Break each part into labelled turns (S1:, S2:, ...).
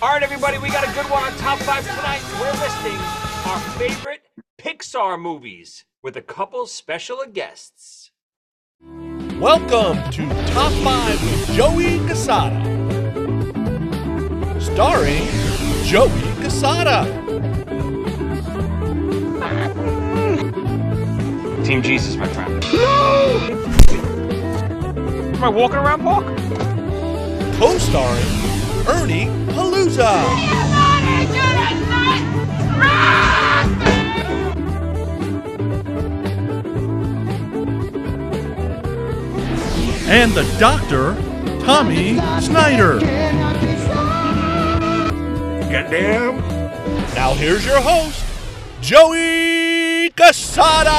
S1: All right, everybody, we got a good one on top five tonight. We're listing our favorite Pixar movies with a couple special guests.
S2: Welcome to Top 5 with Joey Casada. Starring Joey Casada.
S1: Team Jesus, my friend. Am I walking around, Park?
S2: Co starring Ernie Palooza. And the doctor, Tommy Snyder.
S1: Goddamn.
S2: Now here's your host, Joey Casada.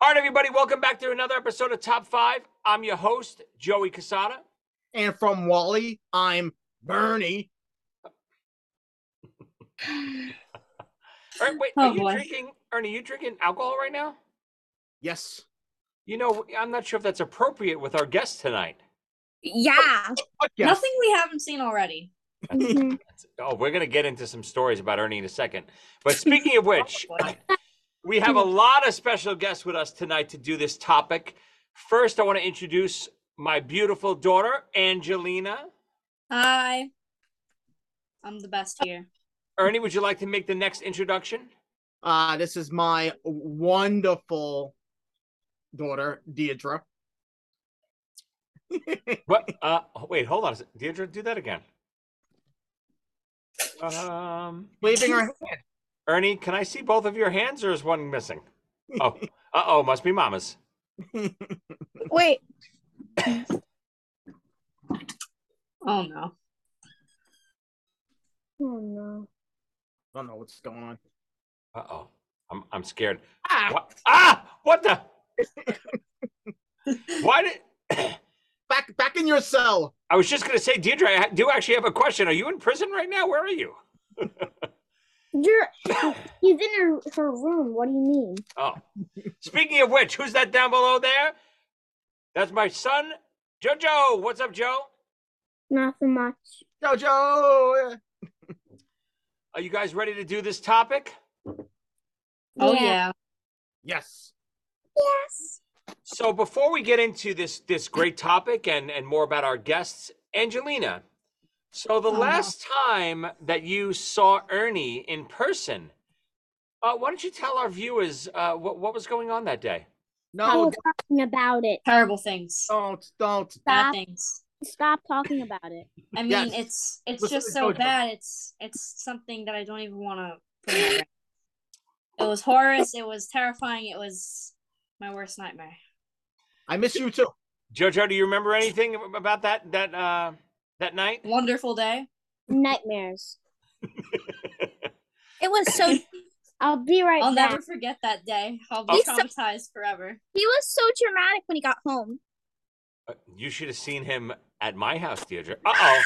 S1: All right, everybody, welcome back to another episode of Top Five. I'm your host, Joey Casada.
S3: And from Wally, I'm Bernie.
S1: All right, wait,
S4: Oh,
S1: are you
S4: boy.
S1: drinking, Ernie, you drinking alcohol right now?
S3: Yes.
S1: You know, I'm not sure if that's appropriate with our guest tonight.
S4: Yeah,
S3: Fuck yes.
S4: nothing we haven't seen already.
S1: Oh, we're going to get into some stories about Ernie in a second. But speaking of which, we have a lot of special guests with us tonight to do this topic. First, I want to introduce my beautiful daughter, Angelina.
S4: Hi, I'm the best here.
S1: Ernie, would you like to make the next introduction?
S3: Uh, this is my wonderful daughter, Deidre.
S1: What? Uh, wait, hold on a second. Deirdre, do that again. Um,
S3: Waving her hand.
S1: Ernie, can I see both of your hands or is one missing? Oh, uh oh, must be Mama's.
S4: Wait. oh no.
S5: Oh no.
S3: I don't know what's going on.
S1: Uh oh, I'm, I'm scared.
S3: Ah,
S1: What? Ah! What the? Why did?
S3: back back in your cell.
S1: I was just going to say, Deirdre, I ha- do actually have a question. Are you in prison right now? Where are you?
S5: You're he's in her, her room. What do you mean?
S1: Oh, speaking of which, who's that down below there? That's my son, JoJo. What's up, Joe?
S5: Not so much.
S3: Jojo.
S1: Are you guys ready to do this topic?
S4: Oh
S5: Yeah.
S4: yeah.
S3: Yes.
S5: Yes.
S1: So before we get into this this great topic and and more about our guests, Angelina. So the
S4: Oh, no.
S1: last time that you saw Ernie in person, uh, why don't you tell our viewers uh, what what was going on that day?
S5: Stop
S4: Oh.
S3: No,
S5: talking about it.
S4: Terrible things.
S3: don't, don't.
S4: Bad
S5: Stop.
S4: things.
S5: Stop talking about it.
S4: I mean,
S3: Yes.
S4: it's it's
S3: Listen
S4: just
S3: to
S4: so
S3: Jojo.
S4: bad. It's it's something that I don't even want to. It was Horus. It was terrifying. It was my worst nightmare.
S3: I miss you too.
S1: Jojo, do you remember anything ab- about that that uh, that night?
S4: Wonderful day.
S5: Nightmares. It was so. I'll be right
S4: I'll
S5: back.
S4: never forget that day. I'll
S1: Oh.
S4: be traumatized forever.
S5: He was so dramatic when he got home.
S1: Uh, You should have seen him at my house, Deirdre. Uh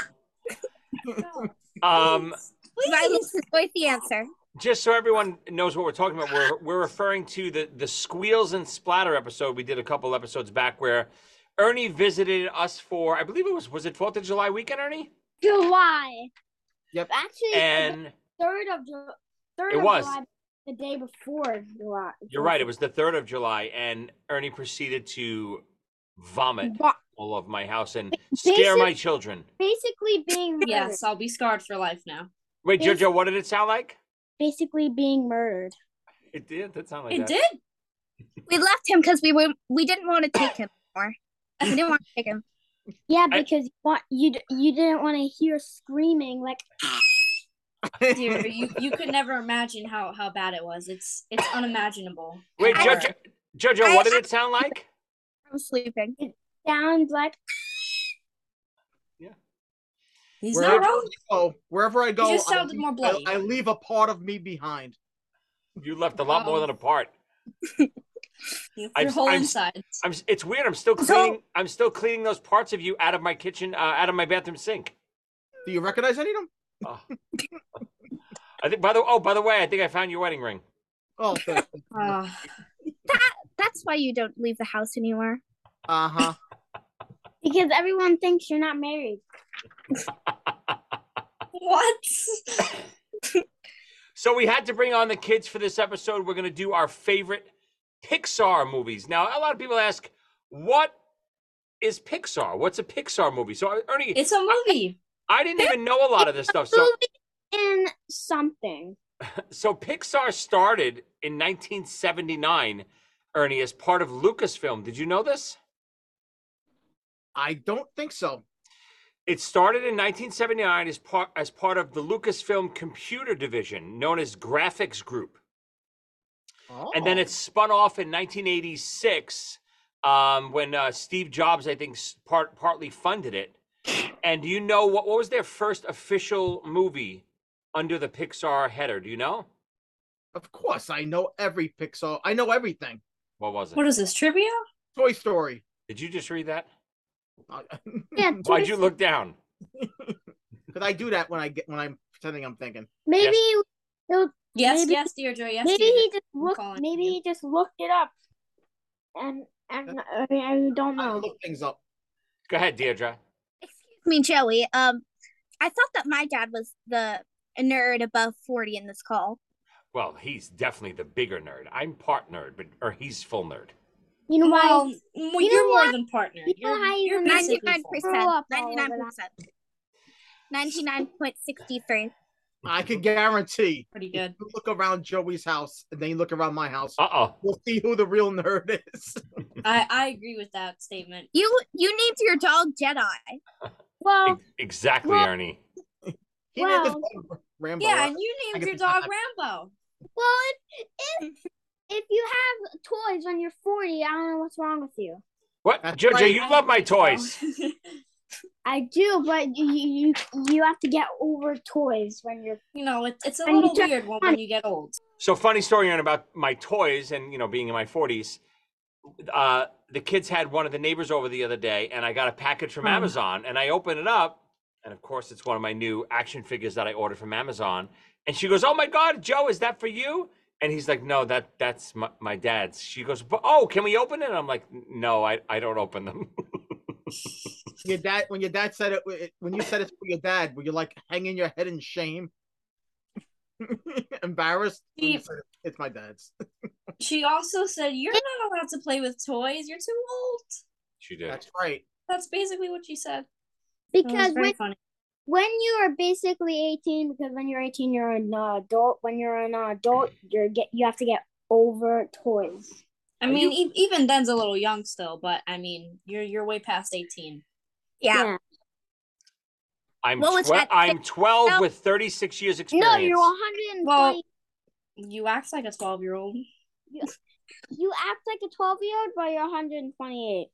S1: oh. Um,
S5: Violence is quite the answer.
S1: just so everyone knows what we're talking about, we're we're referring to the the squeals and splatter episode we did a couple episodes back where Ernie visited us for I believe it was was it Fourth of July weekend, Ernie?
S5: July.
S3: Yep.
S5: Actually,
S1: And
S5: the third of Ju- third
S1: It
S5: of
S1: was.
S5: July, the day before July.
S1: you're right, it was the third of July, and Ernie proceeded to vomit
S5: Ba-
S1: all over my house and scare my children.
S5: basically being murdered.
S4: Yes, I'll be scarred for life now.
S1: Wait,
S5: Basi-
S1: Jojo, what did it sound like?
S5: Basically being murdered.
S1: It did. That sounded like
S4: It
S1: that.
S4: did.
S6: We left him because we were, we didn't want to take him anymore. We didn't want to take him.
S5: Yeah,
S1: I-
S5: because you want you d- you didn't want to hear screaming like
S4: Dear, you you could never imagine how how bad it was. It's it's unimaginable.
S1: Wait,
S6: I-
S1: Jojo, Jojo,
S6: I-
S1: what did it sound like?
S6: I was sleeping.
S5: sound like
S4: He's
S3: Wherever
S4: not wrong.
S3: I go, wherever I go,
S4: just
S3: I
S4: sounded
S3: leave-
S4: more bloody.
S3: I, I leave a part of me behind.
S1: You left a lot more than a part.
S4: Your
S1: I'm-
S4: whole
S1: I'm-
S4: inside.
S1: I'm. s- It's weird. I'm still
S6: So-
S1: cleaning. I'm still cleaning those parts of you out of my kitchen, uh, out of my bathroom sink.
S3: Do you recognize any of them?
S1: Oh. I think. By the oh, by the way, I think I found your wedding ring.
S3: Oh, thank you.
S4: Uh,
S6: That's why you don't leave the house anymore.
S3: uh-huh.
S5: Because everyone thinks you're not married.
S4: What?
S1: So we had to bring on the kids for this episode. We're going to do our favorite Pixar movies. Now, a lot of people ask, what is Pixar? What's a Pixar movie? So, uh, Ernie,
S4: It's a movie.
S1: I didn't even know a lot of this stuff. So,
S5: In something.
S1: so Pixar started in 1979, Ernie, as part of Lucasfilm. Did you know this?
S3: I don't think so.
S1: It started in 1979 as part as part of the Lucasfilm computer division known as Graphics Group. and then
S3: Oh.
S1: it spun off in 1986 um, when uh, Steve Jobs, I think, s- part partly funded it. And do you know what what was their first official movie under the Pixar header? Do you know
S3: Oh, of course I know every Pixar. I know everything.
S1: what was it?
S4: What is this trivia?
S3: Toy Story.
S1: Did you just read that?
S3: Uh,
S5: Yeah.
S1: Why'd you look down?
S3: Could I do that when I get when I'm pretending I'm thinking?
S5: Maybe
S4: Yes,
S5: Maybe-
S4: yes, Deirdre. Yes,
S5: maybe
S4: Deirdre.
S5: he just looked
S4: calling
S5: maybe
S4: you.
S5: he just looked it up. And and I, I don't
S3: I
S4: Oh.
S5: know.
S3: look things up.
S1: Go ahead, Deirdre.
S6: Excuse me, Joey. Um, I thought that my dad was the nerd above forty in this call.
S1: Well, he's definitely the bigger nerd. I'm part nerd, but or he's full nerd.
S5: You know
S4: Well,
S5: why?
S4: m-
S5: know
S4: you're more
S5: what?
S4: than partner.
S5: You know
S4: You're,
S5: how you
S4: you're
S5: can
S4: basically
S6: Ninety
S4: full.
S5: Basically throw
S6: nine percent.
S5: up all
S6: Ninety
S5: over
S6: nine
S5: that.
S6: percent. Ninety nine point sixty three.
S3: I can guarantee.
S4: pretty good.
S3: You look around Joey's house and then you look around my house.
S1: Uh oh.
S3: We'll see who the real nerd is.
S4: I, I agree with that statement.
S6: You you named your dog Jedi.
S5: Well,
S1: Exactly,
S5: Well-
S1: Ernie.
S3: He named his
S5: Wow.
S3: dog Rambo.
S4: Yeah,
S3: right?
S4: and you
S3: I
S4: named
S3: get
S4: your
S3: the
S4: dog
S3: time.
S4: Rambo.
S5: well if, if if you have toys when you're 40, I don't know what's wrong with you.
S1: What,
S3: That's
S1: Deirdre?
S3: right.
S1: You love my toys.
S5: I do, but you you you have to get over toys when you're
S4: you know, it, it's a
S5: And you
S4: little
S5: just-
S4: weird when, when you get old.
S1: So funny story Aaron, about my toys and you know being in my 40s. Uh, the kids had one of the neighbors over the other day, and I got a package
S3: Hmm.
S1: from Amazon, and I open it up, and of course it's one of my new action figures that I ordered from Amazon. And she goes, "Oh my God, Joe, is that for you?" And he's like, "No, that that's my, my dad's." She goes, "But oh, can we open it?" And I'm like, "No, I I don't open them."
S3: Your dad, when your dad said it, it- when you said it for your dad, were you like hanging your head in shame, embarrassed? when you
S4: He-
S3: said, it's my dad's.
S4: She also said, You're not allowed to play with toys. You're too old.
S1: she did.
S3: That's right.
S4: That's basically what she said. It was
S5: because
S4: very
S5: when
S4: funny.
S5: when you are basically 18 because when you're 18 you're an adult when you're an adult you're get you have to get over toys
S4: I mean, e- even then's a little young still, but I mean, you're you're way past eighteen.
S6: Yeah.
S1: I'm
S6: What was
S1: twe-
S6: that?
S1: I'm 12
S6: No.
S1: with 36 years experience.
S5: no you're 120
S4: Well- You act like a twelve year old.
S5: you act like a 12 year old but you're 128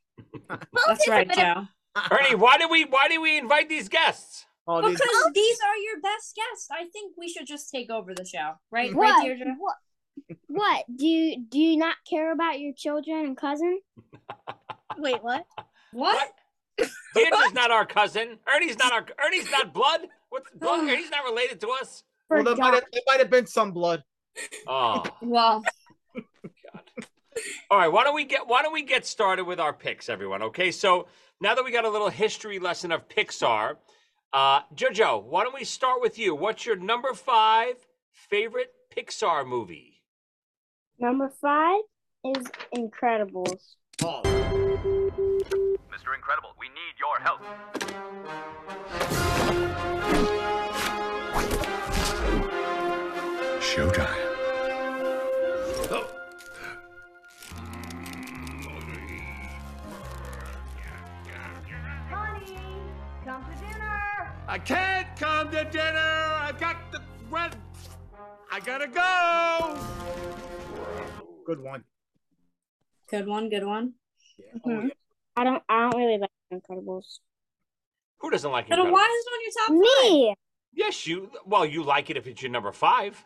S6: Both
S4: That's
S6: is a
S4: right,
S6: bit of-
S4: Joe.
S1: Ernie, why did we why did we invite these guests?
S3: Oh, these-
S4: Because these are your best guests. I think we should just take over the show, right? Right,
S5: what
S4: Deirdre?
S5: what what do you do you not care about your children and cousin
S6: Wait, what?
S4: What?
S1: Deirdre's not our cousin. Ernie's not our. Ernie's not blood. What's blood? Ernie's not related to us.
S5: for
S3: well, there might,
S5: God.
S3: have, there might have been some blood.
S1: Oh,
S4: Well,
S1: all right. Why don't we get Why don't we get started with our picks, everyone? Okay. So now that we got a little history lesson of Pixar, uh, JoJo, why don't we start with you? What's your number five favorite Pixar movie?
S5: number five is incredibles
S3: Oh,
S7: Mr. Incredible, we need your help.
S2: Showtime.
S7: I can't come to dinner. I've got the red. I gotta go.
S3: good one.
S4: good one, good one.
S3: Yeah.
S4: Mm-hmm.
S6: Mhm.
S5: i don't i don't really like incredibles
S1: Who doesn't like
S4: But why is it
S1: Incredibles?
S4: on your top five?
S5: me
S1: Yes, you. Well, you like it if it's your number five.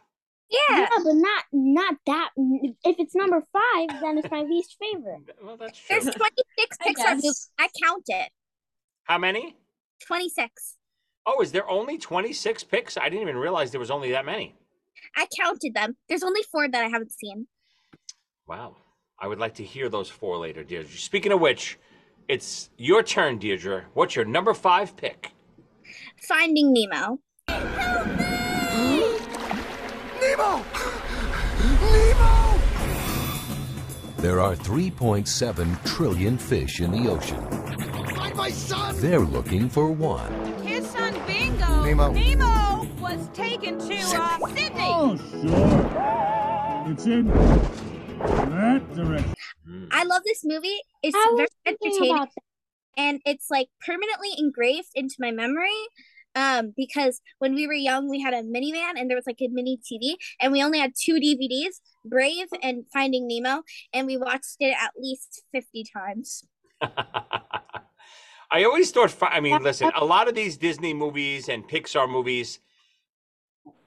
S6: Yeah.
S5: yeah but not not that if it's number five then it's my least favorite
S1: Well, that's true.
S6: There's twenty six
S4: I
S6: Pixar
S4: guess.
S6: movies. I counted
S1: How many?
S6: twenty six.
S1: Oh, is there only twenty six picks? I didn't even realize there was only that many.
S6: I counted them. There's only four that I haven't seen.
S1: Wow. I would like to hear those four later, dear. Speaking of which, It's your turn, Deirdre. What's your number five pick?
S6: Finding Nemo.
S7: Nemo! Nemo!
S8: There are 3.7 trillion fish in the ocean.
S7: Find my son!
S8: They're looking for one.
S9: His son Bingo
S7: Nemo.
S9: Nemo was taken to uh, Sydney.
S6: I love this movie. It's
S5: I
S6: very
S5: was thinking
S6: entertaining
S5: about that.
S6: and it's like permanently engraved into my memory. Um, because when we were young, we had a minivan and there was like a mini TV, and we only had two DVDs, Brave and Finding Nemo, and we watched it at least 50 times.
S1: I always thought. Fi- I mean, listen, a lot of these Disney movies and Pixar movies,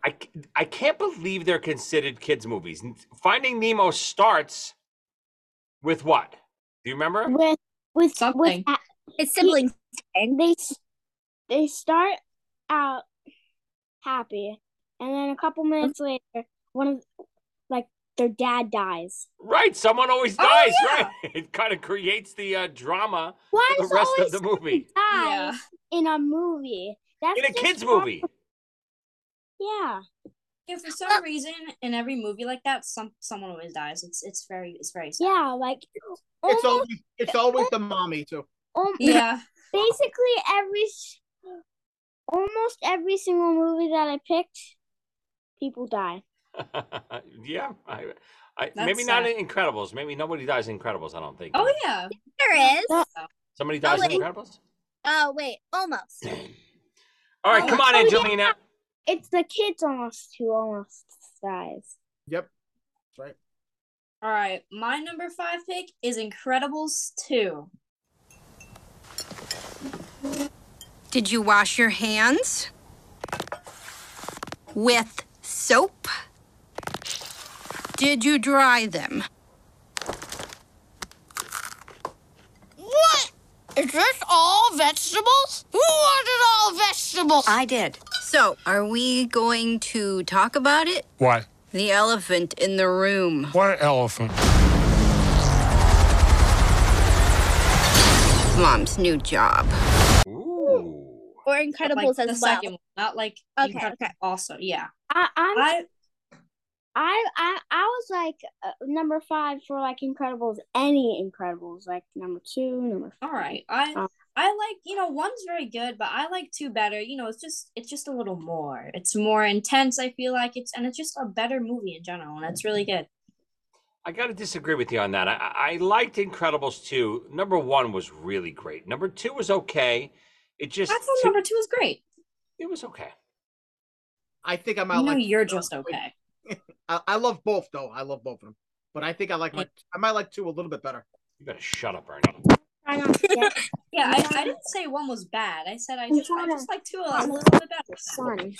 S1: I c- I can't believe they're considered kids movies. N- Finding Nemo starts with what? Do you remember?
S5: With with
S4: Something.
S5: with a-
S6: It's siblings.
S5: they s- they start out happy, and then a couple minutes later, one of like their dad dies.
S1: Right, someone always
S4: Oh,
S1: dies.
S4: yeah.
S1: Right, it kind of creates the uh, drama
S5: Why
S1: for
S5: is
S1: the rest
S5: always
S1: of the movie
S5: dies in a movie? That's
S1: in a
S5: just
S1: kids
S5: wrong.
S1: movie.
S5: Yeah,
S4: Yeah, for some reason, in every movie like that, some someone always dies. It's it's very it's very sad.
S5: yeah, like
S3: It's
S5: almost,
S3: always it's always the mommy too.
S5: al-
S4: Yeah,
S5: basically every s- almost every single movie that I picked, people die.
S1: yeah, I, I,
S4: That's
S1: maybe not
S4: sad.
S1: in Incredibles. Maybe nobody dies in Incredibles. I don't think.
S4: Oh yeah.
S6: There is.
S1: Somebody dies in
S6: wait.
S1: Incredibles.
S6: Oh, wait, almost.
S1: All right,
S4: Oh,
S1: come on,
S5: yeah.
S1: Angelina.
S5: It's the kids almost who almost dies.
S4: All right, my number five pick is Incredibles two.
S9: Did you wash your hands with soap? Did you dry them?
S10: What? Is this all vegetables? Who wanted all vegetables?
S9: I did. So, are we going to talk about it?
S7: What?
S9: The elephant in the room.
S7: What elephant?
S9: Mom's new job.
S1: Ooh.
S6: Or
S4: Like,
S6: Incredibles
S4: the
S6: as well.
S4: second one, not like
S6: Okay,
S4: Incredibles
S6: okay. Um,
S4: Also, yeah.
S5: I I'm
S4: I
S5: I I I was like uh, number five for like Incredibles, any Incredibles, like number two, number.
S4: all right. I
S5: Um,
S4: I like you know one's very good, but I like two better. You know, it's just it's just a little more. It's more intense. I feel like it's and it's just a better movie in general, and it's really good.
S1: I got to disagree with you on that. I, I I liked Incredibles 2. Number one was really great. Number two was okay. It
S4: I
S1: just,
S4: thought number two was great.
S1: it was okay.
S3: I think I'm
S4: I
S3: out
S4: know
S3: like
S4: you're just okay.
S3: I, I love both though. I love both of them. But I think I like my I might like two a little bit better.
S1: You better shut up, Ernie.
S5: Try not to get
S4: Yeah, I, I didn't say one was bad. I said I
S5: I'm
S4: just I
S5: trying to-
S4: just like two a lot- a little bit better.
S5: sun.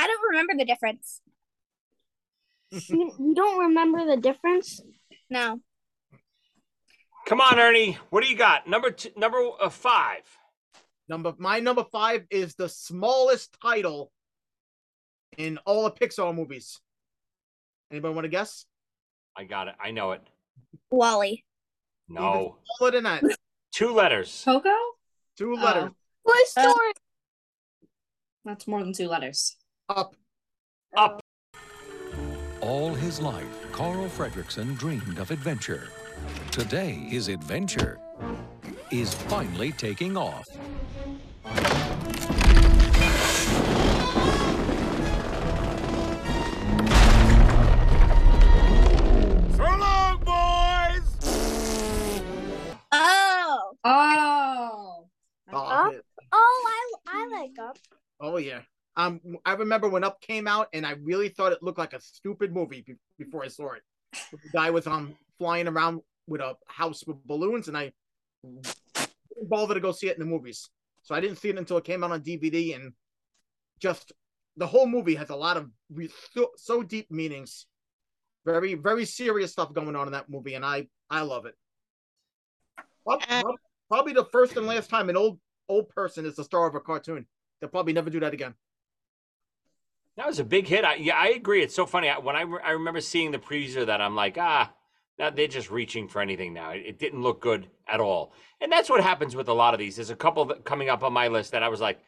S6: I don't remember the difference.
S5: You, you don't remember the difference?
S6: No.
S1: Come on, Ernie. What do you got? Number two, number uh, five.
S3: Number my number five is the smallest title in all the Pixar movies. Anybody want to guess?
S1: I got it. I know it.
S6: Wally.
S1: No.
S3: Smaller than that.
S1: Two letters.
S4: Coco?
S3: Two letters
S5: Toy
S6: Uh,
S5: Story.
S4: That's more than two letters.
S3: up.
S1: Up.
S8: All his life, Carl Fredrickson dreamed of adventure. Today, his adventure is finally taking off.
S7: So long, boys!
S6: Oh.
S4: Oh.
S3: Oh,
S5: Up?
S3: yeah.
S5: oh, I I like up.
S3: Oh, yeah. Um, I remember when Up came out, and I really thought it looked like a stupid movie be- before I saw it. The guy was um flying around with a house with balloons, and I didn't bother to go see it in the movies. So I didn't see it until it came out on DVD, and just the whole movie has a lot of re- so, so deep meanings, very very serious stuff going on in that movie, and I I love it. Prob- prob- Probably the first and last time an old old person is the star of a cartoon. They'll probably never do that again.
S1: That was a big hit. I, yeah, I agree. It's so funny. I, when I, re- I remember seeing the previews of that, I'm like, ah, Now they're just reaching for anything now. It, it didn't look good at all, and that's what happens with a lot of these. There's a couple that coming up on my list that I was like,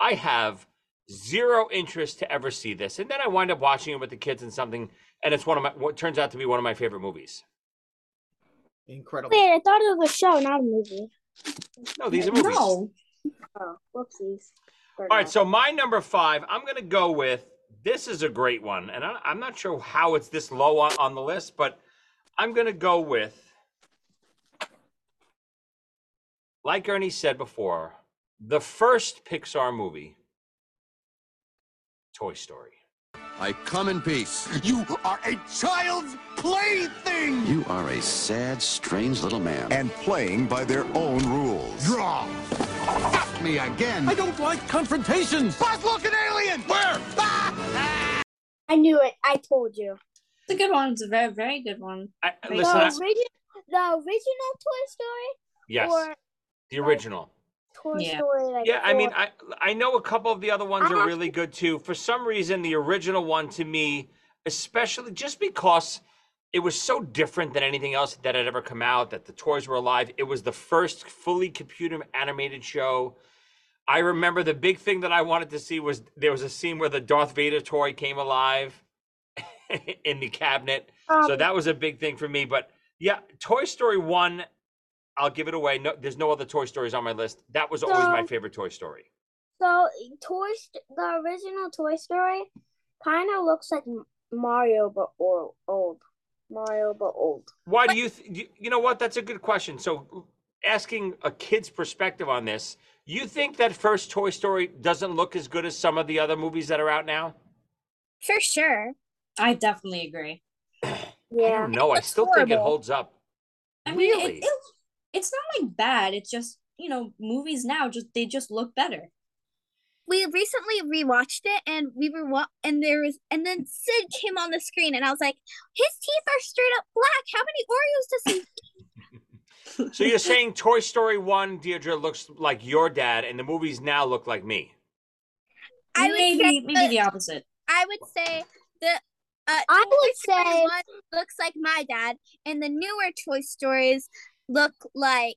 S1: I have zero interest to ever see this, and then I wind up watching it with the kids and something, and it's one of my what turns out to be one of my favorite movies.
S3: Incredible.
S5: Wait, I thought it was a show, not a movie.
S1: No, these are movies.
S4: No.
S5: Oh, whoopsies.
S1: All right, so my number five, I'm going to go with this is a great one, and I, I'm not sure how it's this low on, on the list, but I'm going to go with, like Ernie said before, the first Pixar movie, Toy Story.
S11: I come in peace.
S7: You are a child's plaything!
S11: You are a sad, strange little man. And playing by their own rules. Draw! Got me again! I don't like confrontations!
S7: Buzz, look, an alien! Where?
S5: I knew it. I told you.
S4: It's a good one. It's a very, very good one.
S1: I,
S4: Very
S1: listen,
S5: the,
S1: I-
S5: origi- the original Toy Story?
S1: yes,
S5: Or
S1: the original.
S5: Toy
S4: Yeah.
S5: Story? Like
S1: Yeah, I mean,
S5: four?
S1: I I know a couple of the other ones are really good too. For some reason, the original one to me, especially just because it was so different than anything else that had ever come out, that the toys were alive. It was the first fully computer animated show. I remember the big thing that I wanted to see was there was a scene where the Darth Vader toy came alive in the cabinet. so
S5: Um,
S1: that was a big thing for me. But yeah, Toy Story 1, I'll give it away. No, there's no other Toy Stories on my list. That was always my
S5: So-
S1: favorite Toy Story.
S5: So, Toy St- the original Toy Story kind of looks like M- Mario, but or- old. Mario, but old.
S1: Why do you, th- you, you know what? That's a good question. So, asking a kid's perspective on this, you think that first Toy Story doesn't look as good as some of the other movies that are out now?
S6: For sure.
S4: I definitely agree.
S5: Yeah.
S1: No, I
S6: looks
S1: still think it
S6: horrible.
S1: holds up.
S4: I mean,
S1: really?
S4: it, it, it's not like bad. It's just you know, movies now just they just look better.
S6: We recently rewatched it and we were wa- and there was and then Sid came on the screen and I was like, his teeth are straight up black. How many Oreos does he
S1: so, you're saying Toy Story 1, Deirdre, looks like your dad, and the movies now look like me?
S6: I would say
S4: maybe maybe
S6: that-
S4: the opposite.
S6: I would say the uh,
S5: I
S6: Toy
S5: would
S6: Story
S5: say-
S6: one looks like my dad, and the newer Toy Stories look like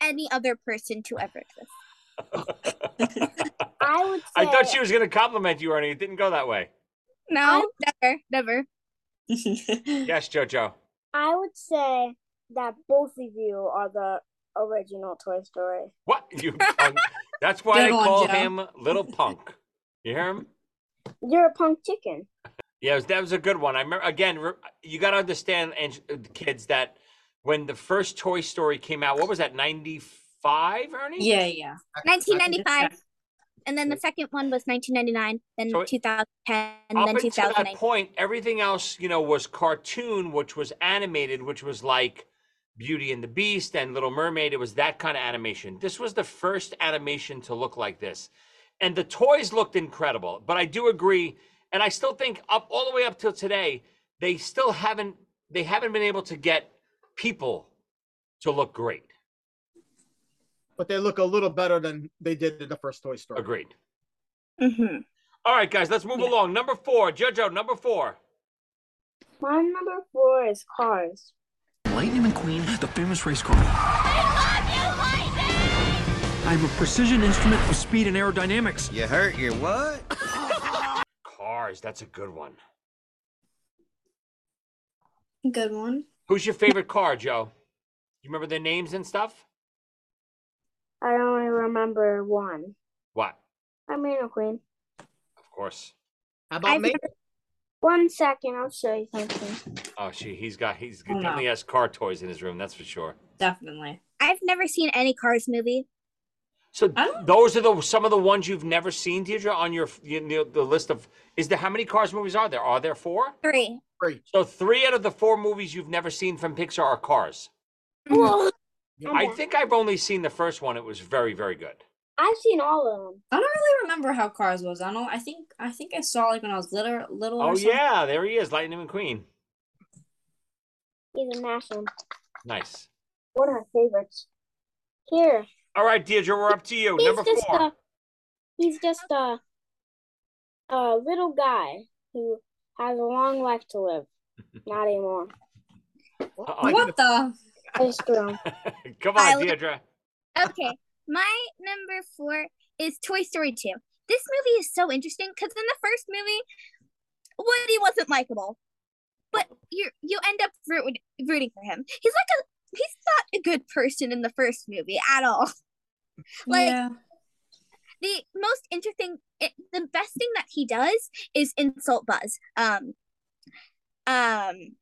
S6: any other person to ever exist.
S5: I would say.
S1: I thought she was going to compliment you, Ernie. It didn't go that way.
S6: No, Oh, never, never.
S1: Yes, JoJo.
S5: I would say that both of you are the original Toy Story.
S1: What? You punk. That's why
S4: Good
S1: I
S4: one,
S1: call
S4: Joe.
S1: him Little Punk. You hear him?
S5: You're a punk chicken.
S1: Yeah, it was, that was a good one. I remember again. Re- you got to understand, and uh, kids, that when the first Toy Story came out, what was that? Ninety five, Ernie?
S4: yeah, yeah.
S6: 1995, and then the second one was 1999, then
S1: So it-
S6: 2010, and
S1: Up
S6: then
S1: until that
S6: 2009.
S1: point, everything else, you know, was cartoon, which was animated, which was like Beauty and the Beast and Little Mermaid. It was that kind of animation. This was the first animation to look like this, and the toys looked incredible. But I do agree, and I still think up all the way up till today, they still haven't they haven't been able to get people to look great.
S3: But they look a little better than they did in the first Toy Story.
S1: Agreed.
S5: Mm-hmm.
S6: Mhm.
S1: All right, guys, let's move
S4: Yeah.
S1: along. Number four, JoJo. Number four.
S5: My number four is Cars.
S11: Lightning McQueen, the famous race car.
S12: I'm a precision instrument for speed and aerodynamics.
S11: You hurt your what?
S1: Cars. That's a good one.
S4: Good one.
S1: Who's your favorite car, Joe? You remember their names and stuff?
S5: I only remember one.
S1: What?
S5: I mean, a queen.
S1: Of course.
S3: How about
S6: I've
S3: me?
S5: One second, I'll show you something.
S1: Oh, she. He's got. He's
S4: Oh, no.
S1: definitely has car toys in his room. That's for sure.
S4: Definitely.
S6: I've never seen any Cars movie.
S1: So
S4: I don't-
S1: those are the some of the ones you've never seen, Deirdre, on your you know, the list of. Is there how many Cars movies are there? Are there four?
S6: Three.
S1: So three out of the four movies you've never seen from Pixar are Cars.
S5: Well,
S1: I think I've only seen the first one. It was very very good.
S5: I've seen all of them.
S4: I don't really remember how Cars was. I don't. I think. I think I saw like when I was little. Little. or
S1: Oh
S4: something.
S1: yeah, there he is, Lightning McQueen.
S5: He's a national.
S1: Nice.
S5: One of my favorites. Here.
S1: All right, Deirdre, we're up to you.
S5: He's
S1: Number
S5: just
S1: four.
S5: a he's just a a little guy who has a long life to live. Not anymore.
S3: Oh,
S1: Uh-oh.
S4: What the?
S1: Come
S6: I
S1: on,
S6: love-
S1: Deirdre.
S6: Okay, my number four is Toy Story 2. This movie is so interesting because in the first movie, Woody wasn't likable, but you you end up root, rooting for him. He's like a he's not a good person in the first movie at all. Like the most interesting, it, the best thing that he does is insult Buzz. Um, um,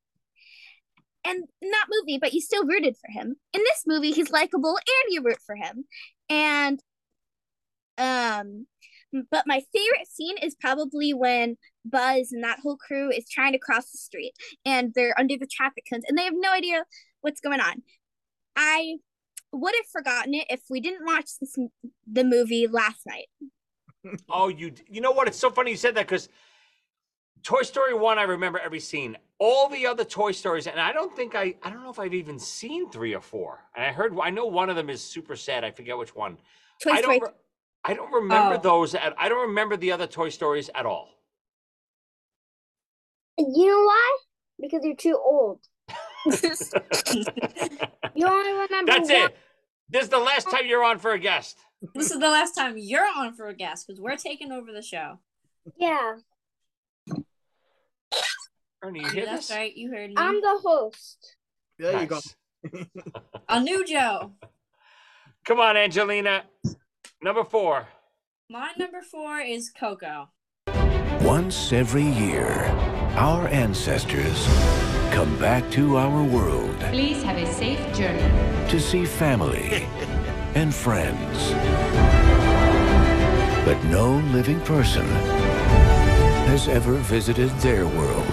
S6: and in that movie, but you still rooted for him. In this movie, he's likable and you root for him. And um but my favorite scene is probably when Buzz and that whole crew is trying to cross the street and they're under the traffic cones and they have no idea what's going on. I would have forgotten it if we didn't watch this m- the movie last night.
S1: Oh, you you know what? It's so funny you said that because Toy Story One, I remember every scene. All the other Toy Stories, and I don't think I I don't know if I've even seen three or four. And I heard I know one of them is super sad. I forget which one.
S6: Toy
S1: I
S6: Story
S1: don't re- I don't remember
S6: Oh.
S1: those at I don't remember the other Toy Stories at all.
S5: You know why? Because you're too old. you only remember
S1: That's
S5: one.
S1: it. This is the last time you're on for a guest.
S4: This is the last time you're on for a guest because we're taking over the show.
S5: Yeah.
S1: Ernie, you hear
S4: That's
S1: this?
S4: right. You heard me.
S5: I'm the host.
S3: There you go.
S4: A new Joe.
S1: Come on, Angelina. Number four.
S4: My number four is Coco.
S13: Once every year, our ancestors come back to our world
S14: Please have a safe journey.
S13: to see family and friends. But no living person has ever visited their world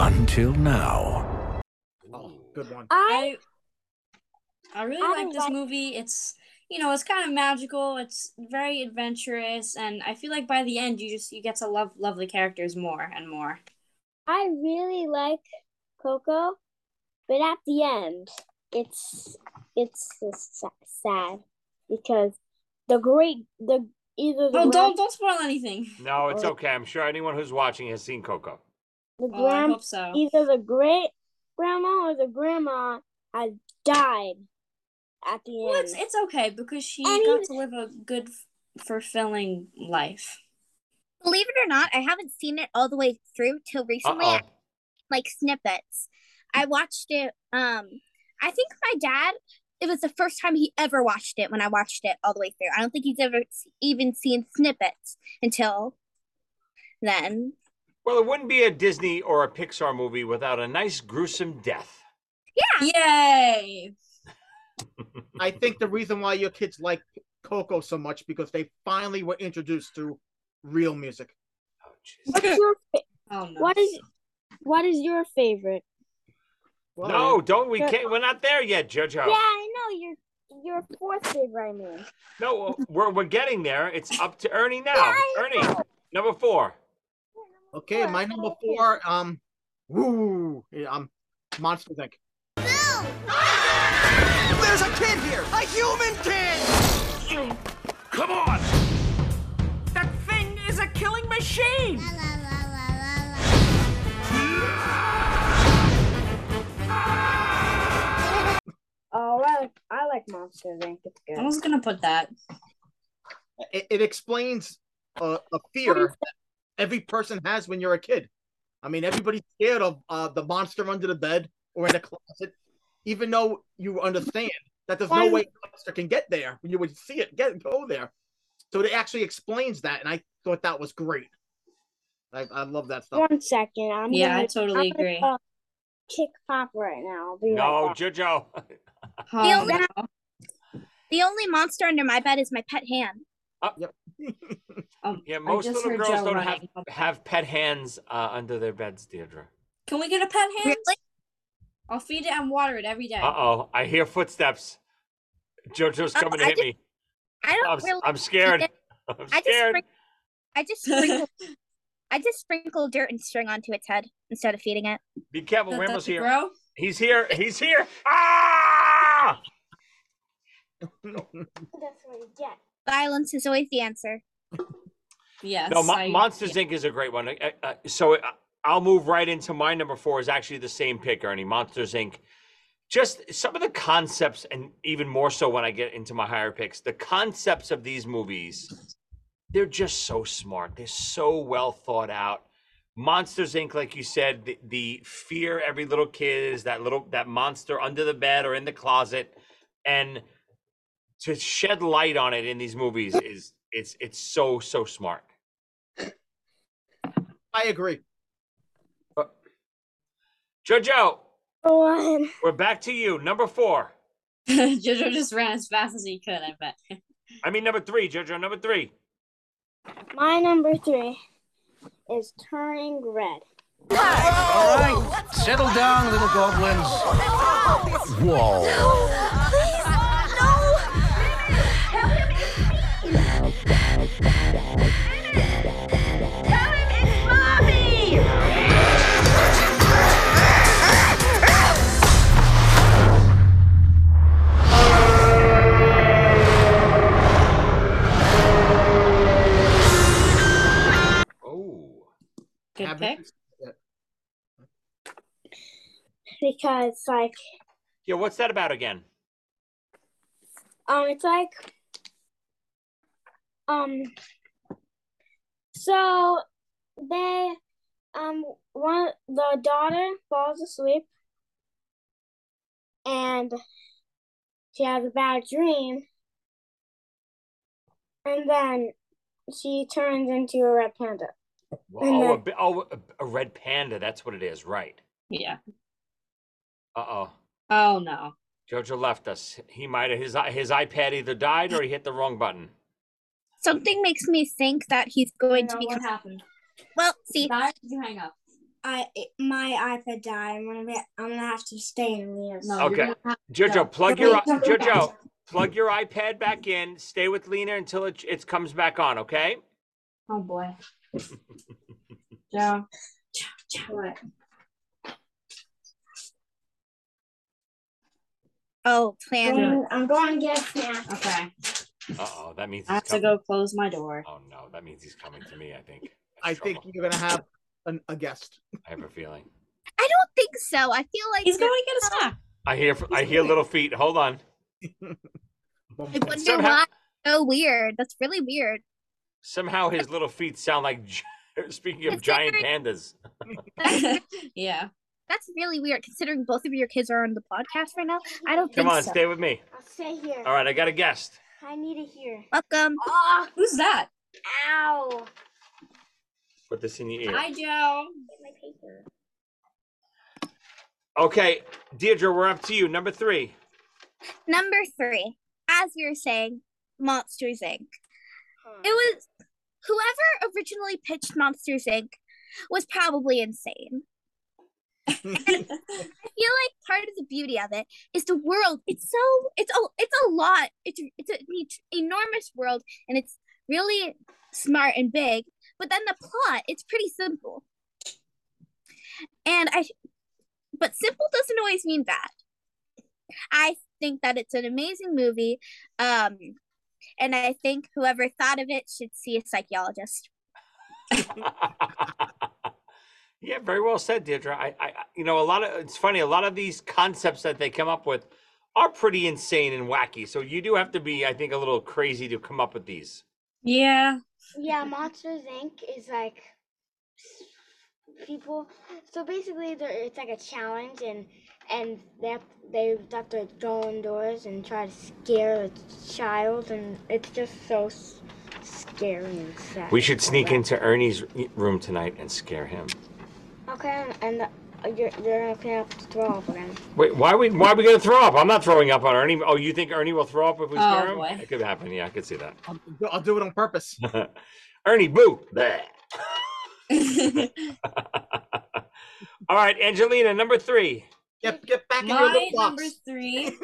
S13: until now.
S3: Oh, Good one.
S5: Uh,
S4: I I really
S5: I
S4: like this movie. It's you know, it's kind of magical. It's very adventurous, and I feel like by the end, you just you get to love love the characters more and more.
S5: I really like Coco, but at the end, it's it's just sa- sad because the great the either
S4: Oh,
S5: the grand,
S4: don't don't spoil anything.
S1: No,
S3: Oh.
S1: it's okay. I'm sure anyone who's watching has seen Coco.
S5: the
S4: Oh, I
S5: grand
S4: hope so.
S5: either the great grandma or the grandma has died at the
S4: Well, it's
S5: end.
S4: it's okay because she
S5: And
S4: got
S5: even-
S4: to live a good, f- fulfilling life.
S6: Believe it or not, I haven't seen it all the way through till recently.
S1: Uh-oh.
S6: like snippets. I watched it. Um, I think my dad. It was the first time he ever watched it when I watched it all the way through. I don't think he's ever s- even seen snippets until then.
S1: Well, it wouldn't be a Disney or a Pixar movie without a nice gruesome death.
S4: Yeah. Yay.
S3: I think the reason why your kids like Coco so much because they finally were introduced to real music.
S1: Oh,
S5: What's your fa-
S4: Oh, no.
S5: what is what is your favorite?
S1: No, don't we can't. We're not there yet, Jojo.
S5: Yeah, I know your your fourth favorite. I mean,
S1: No, we're we're getting there. It's up to Ernie now. Ernie, number four.
S3: Okay, my number four, um, woo, yeah, um, Monster Inc.
S7: There's a kid here! A human kid! You. Come on! That thing is a killing machine!
S5: oh, I like I like Monster Inc. It's good.
S4: I was gonna put that.
S3: It, it explains a, a fear that every person has when you're a kid. I mean, everybody's scared of uh, the monster under the bed or in the closet, even though you understand that there's no
S5: Why-
S3: way the monster can get there. You would see it get go there. So it actually explains that, and I thought that was great. I, I love that stuff.
S5: One second. I'm
S4: Yeah,
S5: gonna,
S4: I totally
S5: I'm gonna
S4: agree.
S5: go Kick Pop right now. I'll be right
S1: No,
S5: back.
S1: Jojo.
S6: The
S4: Oh,
S6: only, the only monster under my bed is my pet hand.
S4: Um,
S1: Yeah,
S4: I
S1: most
S4: just
S1: little
S4: heard
S1: girls
S4: Joe
S1: don't have,
S4: running.
S1: have pet hands uh, under their beds, Deirdre.
S4: Can we get a pet hand? I'll feed it and water it every day.
S1: Uh oh, I hear footsteps. Jojo's
S6: Uh,
S1: coming to
S6: I
S1: hit
S6: just-
S1: me.
S6: I don't
S1: I'm, s-
S6: really
S1: I'm scared.
S6: it.
S1: I'm
S6: I just
S1: scared.
S6: sprink- I just sprinkle, I just sprinkle dirt and string onto its head instead of feeding it.
S1: Be careful,
S6: That-
S1: Ramble's
S6: that's a
S1: here.
S6: grow?
S1: He's here. He's here. Ah!
S5: That's what you get.
S6: Violence is always the answer.
S4: Yes.
S1: No, Mo-
S4: I-
S1: Monsters Inc. is a great one. Uh, uh, so uh, I'll move right into my number four is actually the same pick, Ernie. Monsters Inc. Just some of the concepts, and even more so when I get into my higher picks, the concepts of these movies, they're just so smart. They're so well thought out. Monsters Inc., like you said, the, the fear every little kid is that little that monster under the bed or in the closet. And to shed light on it in these movies is it's it's so so smart.
S3: I agree.
S1: Jojo, we're back to you. Number four.
S4: Jojo just ran as fast as he could, I bet.
S1: I mean number three, Jojo. Number three.
S5: My number three is turning red.
S15: All right, settle down, little goblins.
S13: Whoa.
S3: Oh.
S4: Good pick.
S5: Because like
S1: Yeah, what's that about again?
S5: um it's like um so they um one the daughter falls asleep and she has a bad dream and then she turns into a red panda. And
S1: Oh, a, bi- oh, a- a red panda. That's what it is, right?
S4: Yeah.
S1: Uh oh.
S4: Oh no.
S1: Jojo left us. He might have his i- his iPad either died or he hit the wrong button.
S6: Something makes me think that he's going to become. What
S4: happened?
S6: Well, see.
S4: you hang up?
S5: I it- my iPad died. I'm gonna be, I'm gonna have to stay in uh, Leah's.
S1: okay, Jojo, plug your i- Jojo, plug your iPad back in. Stay with Lena until it it comes back on. Okay.
S4: Oh boy. Joe. What?
S6: Oh,
S5: plan. I'm going to get a snack.
S4: Okay.
S1: Uh oh, that means
S4: I
S1: he's
S4: have to
S1: coming.
S4: go close my door.
S1: Oh no, that means he's coming to me. I think.
S3: I think you're gonna have an, a guest.
S1: I have a feeling.
S6: I don't think so. I feel like he's going
S4: to get a snack.
S1: I hear I hear little feet. Hold on.
S6: I wonder
S1: Somehow-
S6: why. So weird. That's really weird.
S1: Somehow his little feet sound like. gi- Speaking of giant pandas.
S4: yeah.
S6: That's really weird considering both of your kids are on the podcast right now. I don't think
S1: Come on,
S6: so.
S1: stay with me.
S5: I'll stay here.
S1: All right, I got a guest.
S5: I need it here.
S6: Welcome.
S4: Who's that?
S5: Ow.
S1: Put this in your ear.
S4: Hi, Joe.
S5: My paper.
S1: Okay, Deirdre, we're up to you. Number three.
S6: Number three, as you're saying, Monsters Inc. It was whoever originally pitched Monsters Inc. was probably insane. I feel like part of the beauty of it is the world. It's so it's a it's a lot. It's it's an e- enormous world, and it's really smart and big. But then the plot, it's pretty simple. And I, but simple doesn't always mean bad. I think that it's an amazing movie, um, and I think whoever thought of it should see a psychologist.
S1: Yeah, very well said, Deirdre. I, I, I- you know, a lot of it's funny. A lot of these concepts that they come up with are pretty insane and wacky. So you do have to be, I think, a little crazy to come up with these.
S4: Yeah.
S5: Yeah, Monsters Inc. is like people. So basically, there it's like a challenge, and and they have, they have to go indoors and try to scare a child, and it's just so s- scary and sad.
S1: We should sneak into Ernie's y- room tonight and scare him.
S5: Okay, and uh, you're they're gonna clean up the throw up again.
S1: Wait, why we why are we gonna throw up? I'm not throwing up on Ernie. Oh, you think Ernie will throw up if we
S3: Oh,
S1: scare him?
S3: boy.
S1: It could happen. Yeah, I could see that.
S3: I'll do it on purpose.
S1: Ernie, boo. Bleh. All right, Angelina, number three.
S3: Get, get back in your
S4: My
S3: little
S4: number
S3: box.
S4: three.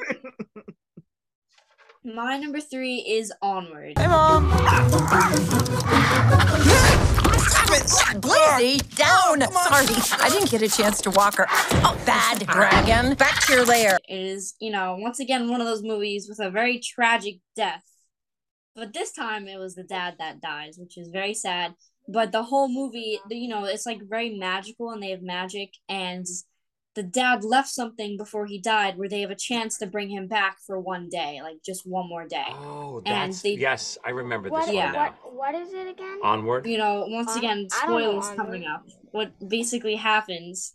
S4: my number three is Onward.
S7: Hey, Mom.
S9: Blizzy, down! Sorry, I didn't get a chance to walk her. Oh, bad dragon. Back to your lair.
S4: It is, you know, once again one of those movies with a very tragic death. But this time it was the dad that dies, which is very sad. But the whole movie, the- you know, it's like very magical and they have magic. And the dad left something before he died where they have a chance to bring him back for one day, like just one more day.
S1: Oh,
S4: and
S1: that's
S4: they,
S1: yes, I remember this
S4: What-
S1: one
S4: yeah.
S1: now.
S5: What is it again?
S1: Onward.
S4: you know, once
S5: On-
S4: again,
S5: I don't know
S4: spoilers coming
S5: Onward.
S4: up. What basically happens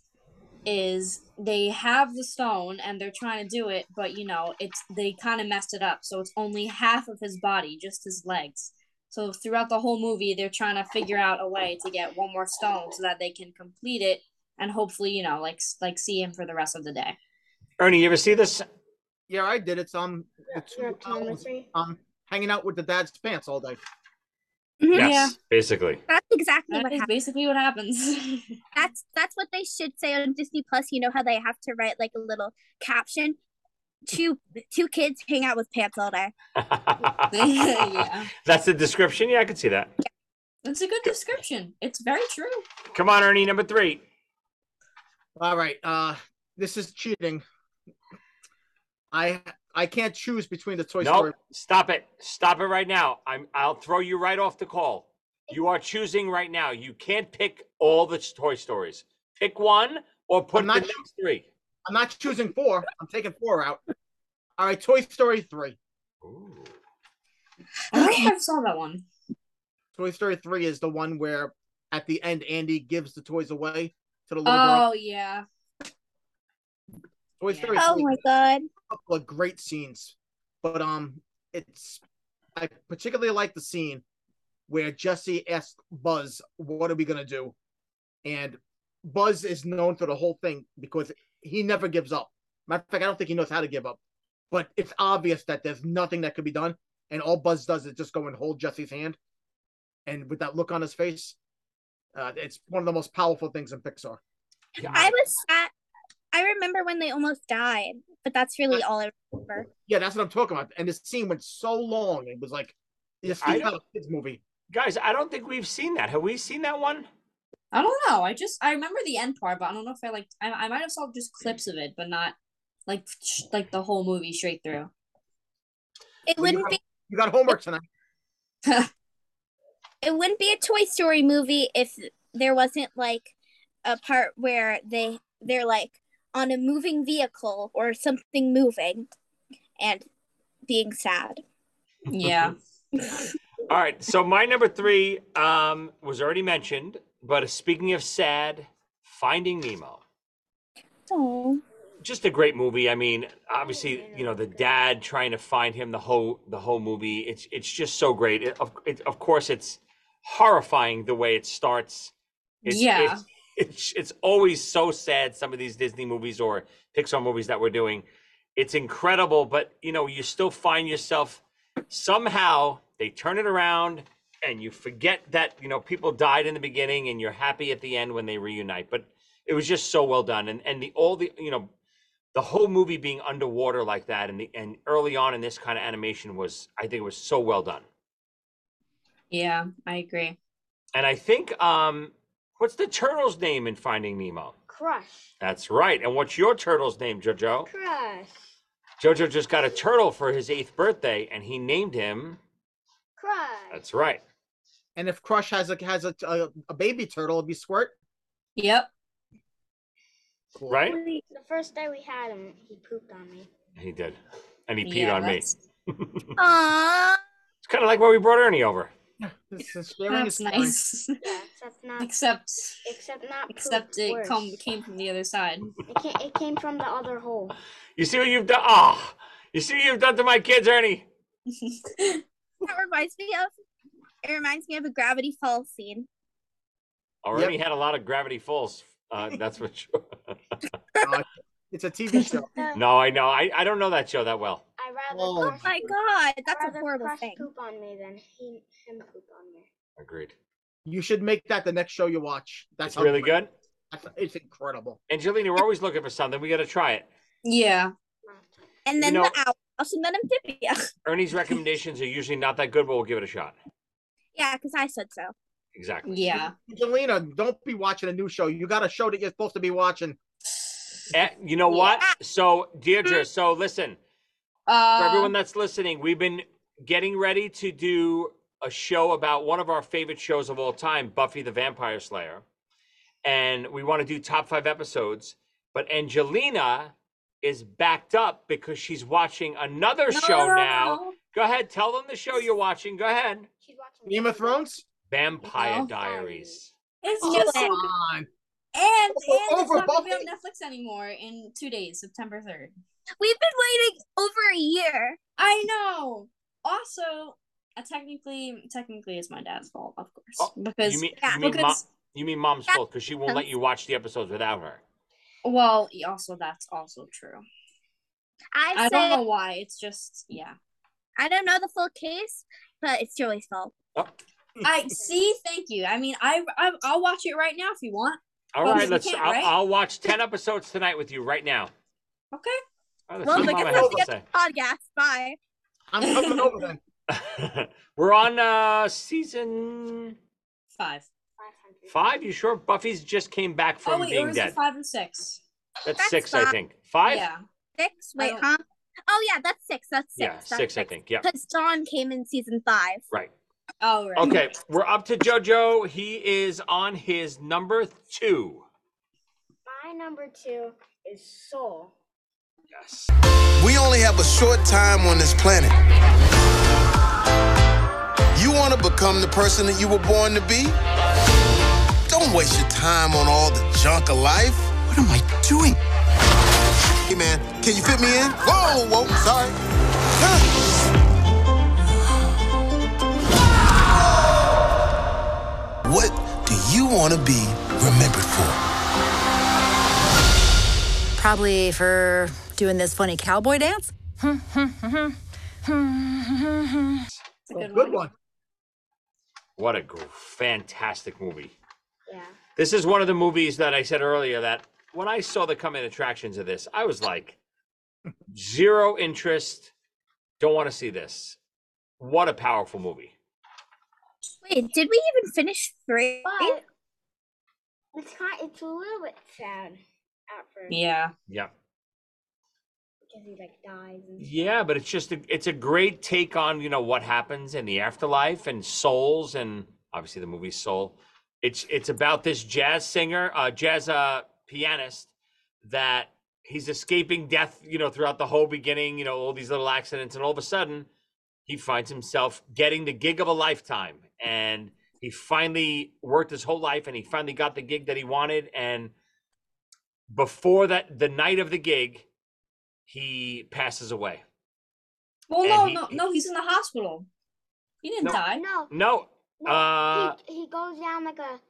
S4: is they have the stone and they're trying to do it, but you know, it's they kind of messed it up. So it's only half of his body, just his legs. So throughout the whole movie, they're trying to figure out a way to get one more stone so that they can complete it and hopefully, you know, like like see him for the rest of the day.
S1: Ernie, you ever see this?
S3: Yeah, I did. It's um, it's, um, hanging out with the dad's pants all day.
S1: Yes, basically.
S6: That's exactly what happens.
S4: basically what happens.
S6: that's that's what they should say on Disney Plus. You know how they have to write like a little caption. Two two kids hang out with pants all day.
S4: yeah,
S1: That's the description. Yeah, I could see that.
S4: that's a good description. It's very true.
S1: Come on, Ernie, number three.
S3: All right. Uh, this is cheating. I I can't choose between the Toy
S1: No,
S3: Story.
S1: stop it. Stop it right now. I'm I'll throw you right off the call. You are choosing right now. You can't pick all the Toy Stories. Pick one or put the next three.
S3: I'm not choosing four. I'm taking four out. All right, Toy Story three.
S4: I think I saw that one.
S3: Toy Story three is the one where at the end Andy gives the toys away to the little
S4: Oh
S3: girl.
S4: yeah.
S3: Toy Story
S6: Oh
S3: 3
S6: my god.
S3: a couple of great scenes, but um, it's I particularly like the scene where Jesse asks Buzz, "What are we gonna do?" And Buzz is known for the whole thing because he never gives up. Matter of fact, I don't think he knows how to give up, but it's obvious that there's nothing that could be done, and all Buzz does is just go and hold Jesse's hand, and with that look on his face. Uh, it's one of the most powerful things in Pixar.
S6: I was sad. I remember when they almost died, but that's really all I remember.
S3: Yeah, that's what I'm talking about. And this scene went so long; it was like, it's
S1: I
S3: not a kids movie.
S1: Guys, I don't think we've seen that. Have we seen that one?
S4: I don't know. I just I remember the end part, but I don't know if I like I, I might have saw just clips of it, but not like sh- like the whole movie straight through.
S6: It wouldn't be
S3: You got homework tonight.
S6: it wouldn't be a Toy Story movie if there wasn't like a part where they they're like on a moving vehicle or something moving and being sad.
S4: Yeah.
S1: All right. So my number three um, was already mentioned, but uh, speaking of sad, Finding Nemo.
S6: Oh.
S1: Just a great movie. I mean, obviously, you know, the dad trying to find him the whole the whole movie. It's it's just so great. It, of, it, of course, it's horrifying the way it starts. It's,
S4: Yeah.
S1: It's, it's it's always so sad. Some of these Disney movies or Pixar movies that we're doing, it's incredible. But you know, you still find yourself somehow they turn it around and you forget that you know people died in the beginning and you're happy at the end when they reunite but it was just so well done and and the all the you know the whole movie being underwater like that and the and early on in this kind of animation was i think it was so well done
S4: Yeah, I agree.
S1: and i think um what's the turtle's name in finding nemo
S5: Crush.
S1: that's right and what's your turtle's name jojo
S5: Crush.
S1: jojo just got a turtle for his eighth birthday and he named him
S5: Crush.
S1: that's right
S3: And if Crush has a has a a, a baby turtle, it'd be Squirt.
S4: Yep.
S1: right
S5: The first day we had him, he pooped on me.
S1: he did and he peed
S5: Yeah,
S1: on me
S5: that's-
S1: it's
S6: Aww.
S1: kind of like where we brought ernie over
S3: This is
S4: That's nice.
S5: Yeah, except not.
S4: Except.
S5: Except not. poop,
S4: Except it
S5: worse.
S4: come came from the other side.
S5: It came, it came from the other hole.
S1: You see what you've done? Ah, you see what you've done to my kids, Ernie.
S6: That reminds me of it reminds me of a gravity fall scene.
S1: Oh, Ernie had a lot of gravity falls. Uh, that's for sure.
S3: It's a TV show.
S1: no, I know. I, I don't know that show that well.
S5: I rather.
S6: Oh
S5: Crush,
S6: my god, that's
S5: rather
S6: a horrible
S5: Crush
S6: thing.
S5: poop on me than he him poop on me.
S1: Agreed.
S3: You should make that the next show you watch. That's
S1: It's really
S3: unbelievable.
S1: good.
S3: That's- It's incredible.
S1: Angelina, we're always looking for something. We got to try it.
S4: Yeah.
S6: And then
S1: know-
S6: the owl and then amphibia.
S1: Ernie's recommendations are usually not that good, but we'll give it a shot.
S6: Yeah, because I said so.
S1: Exactly.
S4: Yeah.
S3: Angelina, don't be watching a new show. You got a show that you're supposed to be watching.
S1: Eh, you know what? So, Deirdre, so listen, for
S4: Uh, Um,
S1: everyone that's listening, we've been getting ready to do a show about one of our favorite shows of all time, Buffy the Vampire Slayer. And we want to do top five episodes. But Angelina is backed up because she's watching another show now. Go ahead, tell them the show you're watching. Go ahead.
S5: She's
S1: watching Game of Thrones? Vampire Diaries.
S4: It's
S1: Oh,
S4: just
S1: come
S4: and, and it's
S1: over
S4: not gonna be on Netflix anymore in two days, September third.
S6: We've been waiting over a year.
S4: I know. Also, uh, technically, technically, it's my dad's fault, of course, because
S1: Oh, you mean,
S4: yeah,
S1: you, mean mom,
S4: because
S1: you mean mom's fault because she won't let you watch the episodes without her.
S4: well, y- also that's also true.
S6: I,
S4: I
S6: say-
S4: don't know why. It's just yeah.
S6: I don't know the full case, but it's Joey's fault.
S4: I see. Thank you. I mean, I, I I'll watch it right now if you want.
S1: All
S4: Well,
S1: right,
S4: you
S1: let's.
S4: can't,
S1: I'll,
S4: right?
S1: I'll watch ten episodes tonight with you right now.
S4: Okay.
S1: All right, let's
S6: Well,
S1: see
S6: I
S1: what
S6: guess
S1: Mama
S6: that's
S1: has
S6: the
S1: to
S6: end
S1: say.
S6: of the podcast. Bye.
S3: I'm coming over then.
S1: We're on uh season
S4: Five.
S1: five. You sure Buffy's just came back from
S4: oh wait, or
S1: being
S4: is it
S1: dead?
S4: five and six?
S1: That's,
S6: That's
S1: six, I
S6: five.
S1: think. Five.
S4: Yeah.
S6: Six? Wait,
S4: don't-
S6: huh? Oh yeah, that's six. That's six.
S1: Yeah,
S6: that's
S1: six, I think. Yeah.
S6: Because Dawn came in season five.
S1: Right.
S4: Oh right.
S1: Okay, we're up to JoJo. He is on his number two.
S5: My number two is Soul.
S16: We only have a short time on this planet. You want to become the person that you were born to be? Don't waste your time on all the junk of life. What am I doing? Hey man, can you fit me in? Whoa, whoa, sorry. Huh. What do you want to be remembered for?
S9: Probably for doing this funny cowboy dance. It's
S4: a good,
S3: one.
S1: What a gr- fantastic movie.
S5: Yeah.
S1: This is one of the movies that I said earlier that when I saw the coming attractions of this, I was like, zero interest. Don't want to see this. What a powerful movie.
S6: Wait, did we even finish three?
S5: But it's kind, it's a little bit sad at first.
S1: Yeah.
S5: Because he like dies. And
S1: Yeah, but it's just a, it's a great take on, you know, what happens in the afterlife and souls and obviously the movie Soul. It's it's about this jazz singer, uh jazz uh pianist that he's escaping death, you know, throughout the whole beginning, you know, all these little accidents and all of a sudden he finds himself getting the gig of a lifetime and he finally worked his whole life and he finally got the gig that he wanted and before that the night of the gig he passes away.
S4: Well,
S1: And
S4: no,
S1: he-
S4: no, no. He's in the hospital. He didn't
S1: No.
S4: die.
S5: No.
S1: No. Uh,
S5: he, he goes down like a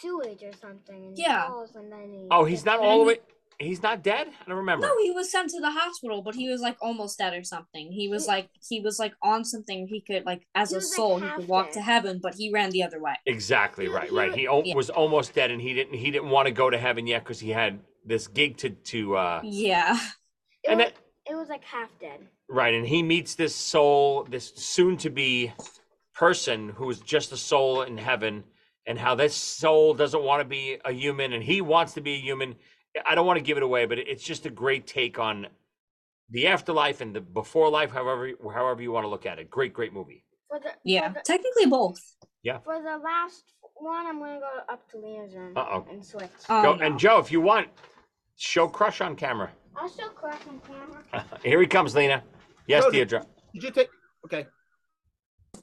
S5: sewage or something and
S4: Yeah.
S5: falls and then he.
S1: oh, he's not all the way. He's not dead. I don't remember.
S4: No, he was sent to the hospital, but he was like almost dead or something. He was like he was like on something he could like as a soul he could walk to heaven, but he ran the other way.
S1: Exactly right. Right. He al-
S4: Yeah.
S1: was almost dead, and he didn't. He didn't want to go to heaven yet because he had this gig to to. Uh,
S4: Yeah.
S5: It
S1: And
S5: was, it was like half dead.
S1: Right, and he meets this soul, this soon-to-be person who is just a soul in heaven, and how this soul doesn't want to be a human, and he wants to be a human. I don't want to give it away, but it's just a great take on the afterlife and the before life, however however you want to look at it. Great, great movie.
S5: For the,
S4: Yeah. Technically both.
S1: Yeah.
S5: For the last one, I'm gonna go up to Lena's room
S1: Uh-oh.
S5: and switch.
S1: Go, and Joe, if you want, show crush on camera.
S5: I'll still crush on camera.
S1: Here he comes, Lena. Yes,
S3: Joe, did-
S1: Deirdre.
S3: Did you take? Okay.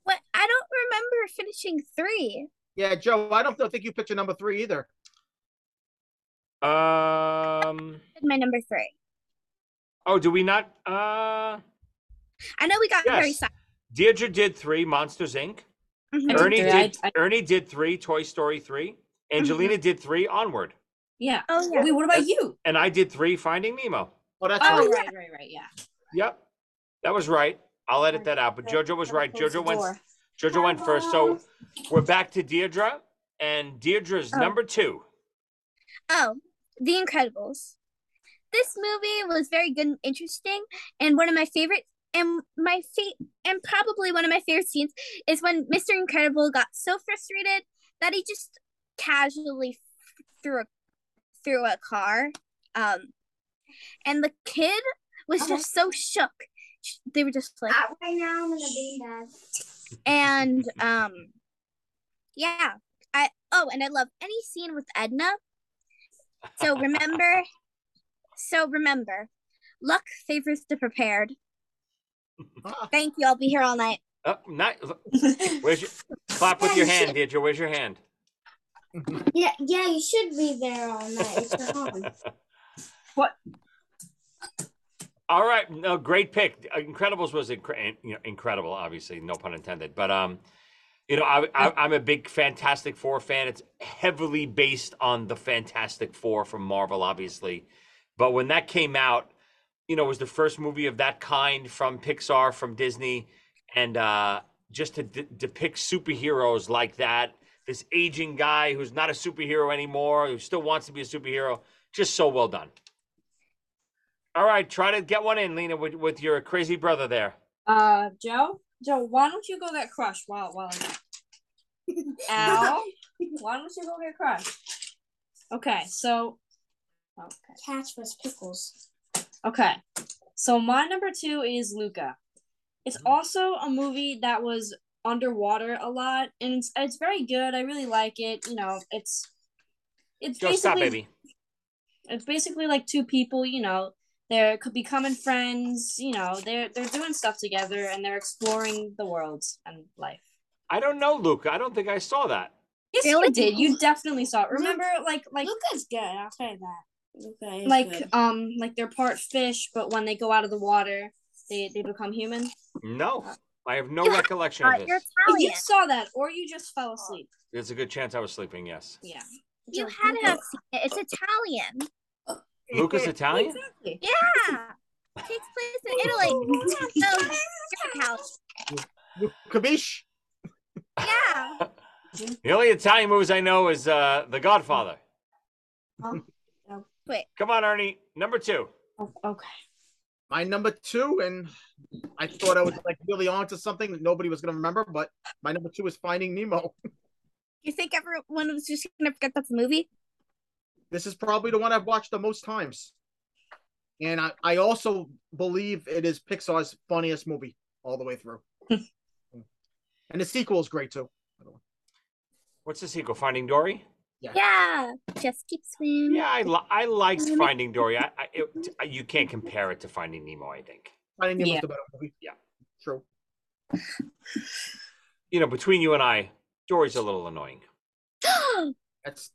S6: What? I don't remember finishing three.
S3: Yeah, Joe. I don't think you picked your number three either.
S1: Um.
S6: My number three.
S1: Oh, do we not? Uh.
S6: I know we got very
S1: Yes.
S6: silent.
S1: Deirdre did three, Monsters Inc.
S6: Mhm.
S1: Ernie did, Ernie did three, Toy Story three. Angelina did three, Onward.
S4: Yeah.
S6: Oh yeah.
S4: Wait, what about you?
S1: And I did three, Finding Nemo.
S3: Oh,
S4: oh, right, right, right, yeah.
S1: Yep, that was right. I'll edit that out. But JoJo was right.
S4: close the
S1: JoJo went.
S4: door.
S1: JoJo went first. So we're back to Deirdre, and Deirdre's
S6: Oh.
S1: number two.
S6: Oh, The Incredibles. This movie was very good and interesting, and one of my favorite and my fa- and probably one of my favorite scenes is when Mr. Incredible got so frustrated that he just casually f- threw a threw a car, um, and the kid was just so shook they were just like
S5: Uh, right now I'm in a beanbag.
S6: and um yeah i oh and i love any scene with edna so remember so remember luck favors the prepared thank you i'll be here all night
S1: Oh, not, where's your, clap with your hand, Deirdre. Where's your hand?
S5: Yeah, yeah, you should be there all night. It's fun.
S1: All right, no, great pick. Uh, Incredibles was incre- you know, incredible, obviously, no pun intended. But um, you know, I, I, I'm a big Fantastic Four fan. It's heavily based on the Fantastic Four from Marvel, obviously. But when that came out, you know, it was the first movie of that kind from Pixar, from Disney, and uh, just to d- depict superheroes like that. This aging guy who's not a superhero anymore, who still wants to be a superhero, just so well done. All right, try to get one in, Lena, with, with your crazy brother there.
S4: Uh, Joe, Joe, why don't you go get crushed while while I'm- Al, why don't you go get crushed? Okay, so okay,
S5: Catch was pickles.
S4: okay, so my number two is Luca. It's
S1: Mm-hmm.
S4: also a movie that was underwater a lot, and it's it's very good. I really like it. You know, it's it's
S1: Joe,
S4: basically
S1: stop, baby.
S4: it's basically like two people you know they're c- becoming friends you know they're they're doing stuff together and they're exploring the world and life
S1: I don't know, Luke. I don't think I saw that.
S4: yes you did you definitely saw it remember like like
S5: Luca's good. I'll tell you that. Luca is
S4: like
S5: good.
S4: um like they're part fish but when they go out of the water they they become human
S1: No, I have no recollection
S6: Uh,
S1: of this.
S4: you saw that or you just fell asleep
S1: There's a good chance I was sleeping. Yes,
S4: yeah
S6: you had to have seen it it's italian
S1: Luca's Italian.
S6: yeah takes place in italy so different house.
S3: Kabish.
S6: yeah
S1: The only Italian movies I know is uh, The Godfather.
S6: Wait.
S1: Come on, Ernie. Number two.
S4: Okay.
S3: My number two, and I thought I was like really onto something that nobody was gonna remember, but my number two is Finding Nemo.
S6: you think everyone was just gonna forget that's a movie
S3: This is probably the one I've watched the most times, and I, I also believe it is Pixar's funniest movie all the way through. and the sequel is great too.
S1: What's the sequel? Finding Dory.
S6: yeah, just keep swimming
S1: Yeah, I, li- I liked Finding Dory. I, I it, you can't compare it to Finding Nemo. I think.
S3: Finding Nemo's
S1: Yeah.
S3: the better movie.
S1: Yeah,
S3: true.
S1: You know, between you and I, Dory's a little annoying.
S3: That's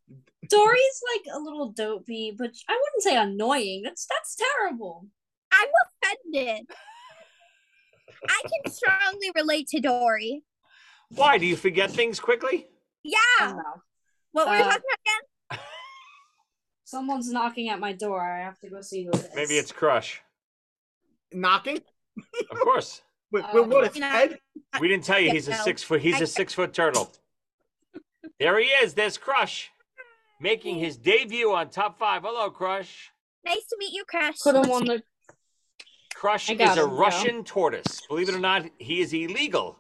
S4: dory's like a little dopey but i wouldn't say annoying that's that's terrible
S6: i'm offended i can strongly relate to dory
S1: Why do you forget things quickly?
S6: yeah what were we
S4: Oh, Uh,
S6: talking about again
S4: someone's knocking at my door i have to go see who it is
S1: Maybe it's Crush.
S3: Knocking.
S1: Of course.
S3: With,
S4: Uh,
S3: with what? It's
S4: you know,
S3: Ed?
S1: We didn't tell you
S4: Yeah,
S1: he's a
S4: no.
S1: six foot. He's
S4: I-
S1: a six foot turtle. There he is. There's Crush, making his debut on top five. Hello, Crush.
S6: nice to meet you crash
S4: put him on the
S1: Crush
S4: I
S1: is
S4: got
S1: a
S4: him, yeah.
S1: Russian tortoise. Believe it or not, he is illegal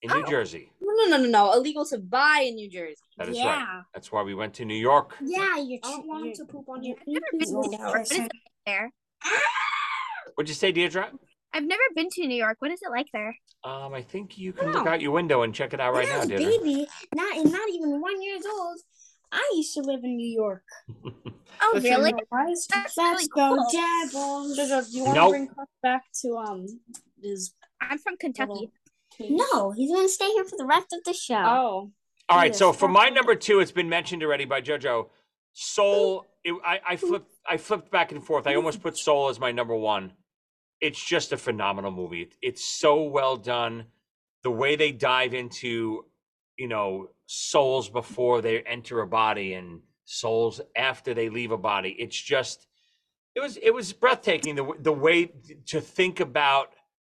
S1: in New
S4: Oh.
S1: Jersey.
S4: No, no, no, no, no. Illegal to buy in New Jersey.
S1: That is right. That's why we went to New York.
S5: Yeah, you're.
S4: I don't want him to poop on your.
S6: I've never been to New York. What is it like there?
S1: What'd you say, Deirdre?
S6: I've never been to New York. What is it like there?
S1: Um, I think you can
S4: Oh.
S1: look out your window and check it out right now,
S5: a
S1: Deirdre.
S5: baby, not and not even one years old, I used to live in New York.
S6: Oh,
S5: That's
S6: really?
S5: right. Let's
S6: That's really
S5: go,
S6: cool.
S5: Jaguars.
S4: Do you want
S1: Nope.
S4: to bring Crush back to um his?
S6: I'm from Kentucky.
S5: No, he's gonna stay here for the rest of the show.
S4: Oh,
S1: All right. So for my number two, it's been mentioned already by JoJo. Soul. It, I, I flipped. I flipped back and forth. I almost put Soul as my number one. It's just a phenomenal movie. It- it's so well done. The way they dive into, you know, souls before they enter a body and souls after they leave a body. It's just. It was. It was breathtaking. The w- the way to think about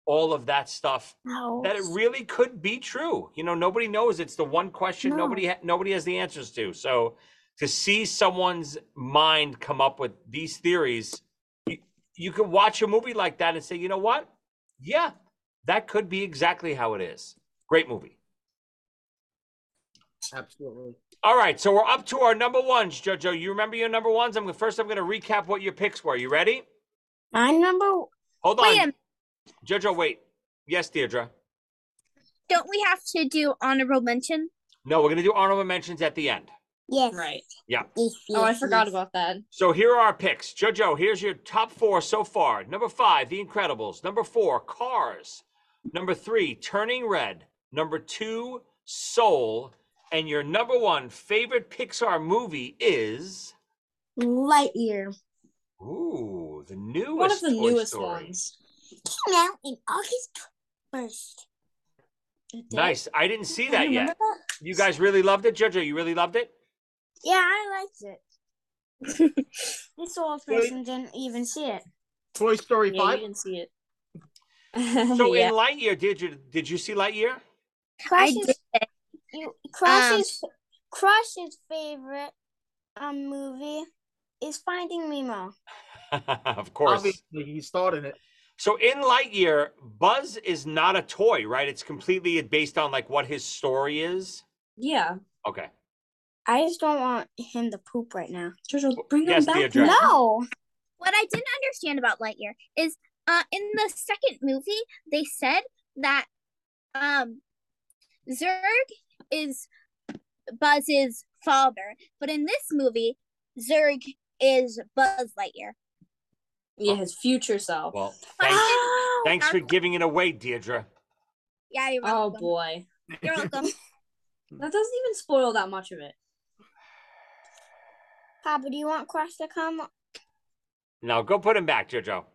S1: all of that stuff
S5: No.
S1: that it really could be true. You know, nobody knows. It's the one question
S5: No.
S1: nobody ha- nobody has the answers to. So to see someone's mind come up with these theories, you, you can watch a movie like that and say, you know what? Yeah, that could be exactly how it is. Great movie.
S3: Absolutely.
S1: All right, so we're up to our number ones, Jojo. You remember your number ones? I'm gonna first. I'm gonna recap what your picks were. You ready?
S5: My number.
S1: Hold on.
S6: Wait a minute.
S1: Jojo, wait. Yes, Deirdre.
S6: Don't we have to do honorable mention?
S1: No, we're gonna do honorable mentions at the end.
S6: Yes. Right.
S1: Yeah.
S4: Oh, I forgot about that.
S1: So here are our picks. Jojo, here's your top four so far. Number five, The Incredibles. Number four, Cars. Number three, Turning Red. Number two, Soul. And your number one favorite Pixar movie is
S17: Lightyear.
S1: Ooh, the newest
S17: One of the
S1: Toy
S17: newest
S1: Story.
S17: ones. Came out in August first.
S1: Nice. I didn't see
S17: I
S1: that
S17: remember
S1: yet. You guys really loved it, Jojo. You really loved it.
S17: Yeah, I liked it. this old person didn't even see it.
S3: Toy Story
S17: Yeah, you
S3: Five.
S17: didn't
S4: see it.
S1: So
S17: Yeah.
S1: in Lightyear, did you did you see Lightyear?
S17: Crush is, you, Crush is- Crush's favorite um movie is Finding Nemo.
S1: of course.
S3: Obviously, he started it.
S1: So in Lightyear, Buzz is not a toy, right? It's completely based on like what his story is.
S17: Yeah.
S1: Okay.
S17: I just don't want him to poop right now. bring
S1: him yes, back. Deirdre.
S17: No.
S6: What I didn't understand about Lightyear is uh in the second movie they said that um Zurg is Buzz's father, but in this movie Zurg is Buzz Lightyear.
S4: Yeah, his future self.
S1: Well, thanks, thanks for giving it away, Deirdre.
S6: Yeah, you're
S4: welcome. Oh boy.
S6: You're welcome.
S4: that doesn't even spoil that much of it.
S17: Papa, do you want Crush to come?
S1: Now go put him back, Jojo.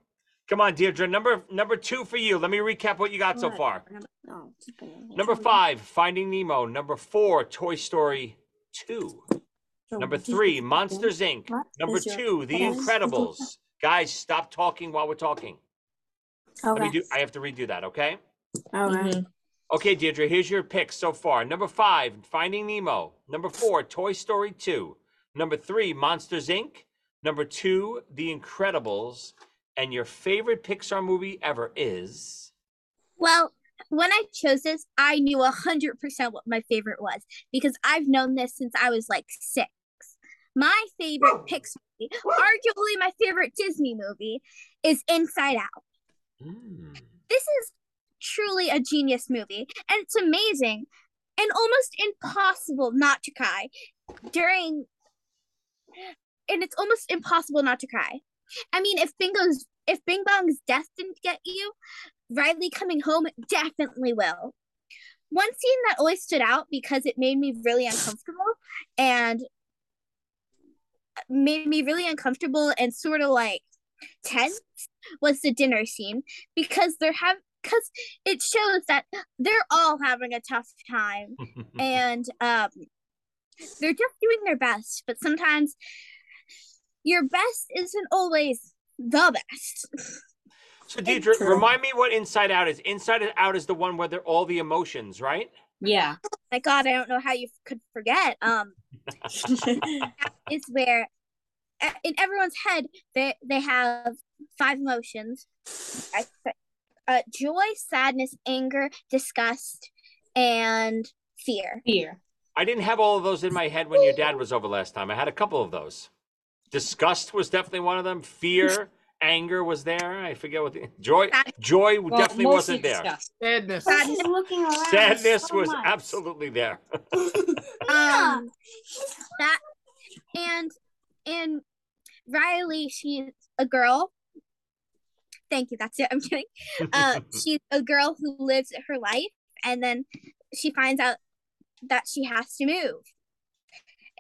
S1: Come on, Deirdre. Number number two for you. Let me recap what you got so
S17: What?
S1: far.
S17: No, keep it in.
S1: Number five, Finding Nemo. Number four, Toy Story Two. Number three, Monsters Inc. Number
S17: is your
S1: two, The
S17: best-
S1: Incredibles. Guys, stop talking while we're talking. Let me
S17: Okay.
S1: do. I have to redo that. Okay.
S17: Alright.
S4: Mm-hmm.
S1: Okay, Deirdre, here's your picks so far. Number five, Finding Nemo. Number four, Toy Story 2. Number three, Monsters Inc. Number two, The Incredibles. And your favorite Pixar movie ever is.
S6: Well, when I chose this, I knew 100% what my favorite was because I've known this since I was like six. My favorite Pixar movie, arguably my favorite Disney movie, is Inside Out. This is truly a genius movie, and it's amazing and almost impossible not to cry during. And it's almost impossible not to cry. I mean, if Bingo's if Bing Bong's death didn't get you, Riley coming home definitely will. One scene that always stood out because it made me really uncomfortable and made me really uncomfortable and sort of like tense was the dinner scene because they're having because it shows that they're all having a tough time
S1: Mm-hmm.
S6: and um they're just doing their best but sometimes your best isn't always the best
S1: So, Deirdre, remind me what Inside Out is. Inside Out is the one where there all the emotions, right?
S4: Yeah.
S6: My God, I don't know how you could forget. Um, is where uh, in everyone's head they they have five emotions: I- uh, joy, sadness, anger, disgust, and fear.
S4: Fear.
S1: I didn't have all of those in my head when your dad was over last time. I had a couple of those. Disgust was definitely one of them. Fear, anger was there. I forget what the joy joy definitely wasn't there.
S3: Sadness.
S17: Sadness. looking around.
S1: Sadness
S17: so
S1: was
S17: much.
S1: absolutely there.
S6: Um, that and and Riley, she's a girl. Thank you. That's it. I'm kidding. Uh, she's a girl who lives her life, and then she finds out that she has to move,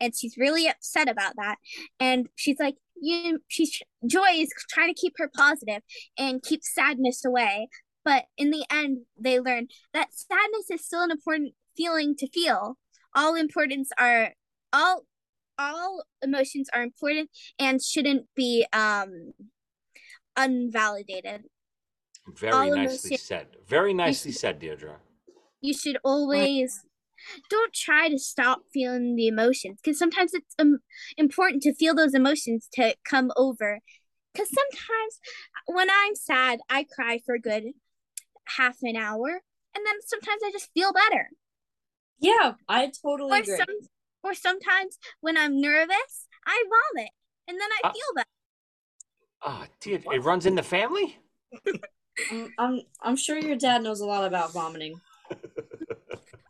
S6: and she's really upset about that. And she's like, you. She's Joy is trying to keep her positive and keep sadness away, but in the end, they learn that sadness is still an important feeling to feel. All importance are all all emotions are important and shouldn't be um unvalidated.
S1: Very
S6: All of
S1: nicely
S6: those-
S1: said. Very nicely said, Deirdre.
S6: You should always don't try to stop feeling the emotions because sometimes it's um, important to feel those emotions to come over. Because sometimes when I'm sad, I cry for a good half an hour, and then sometimes I just feel better.
S4: Yeah, I totally
S6: or
S4: agree.
S6: Some, or sometimes when I'm nervous, I vomit, and then I
S1: Uh,
S6: feel better.
S1: Ah, Deirdre, it runs in the family?
S4: I'm, I'm I'm sure your dad knows a lot about vomiting.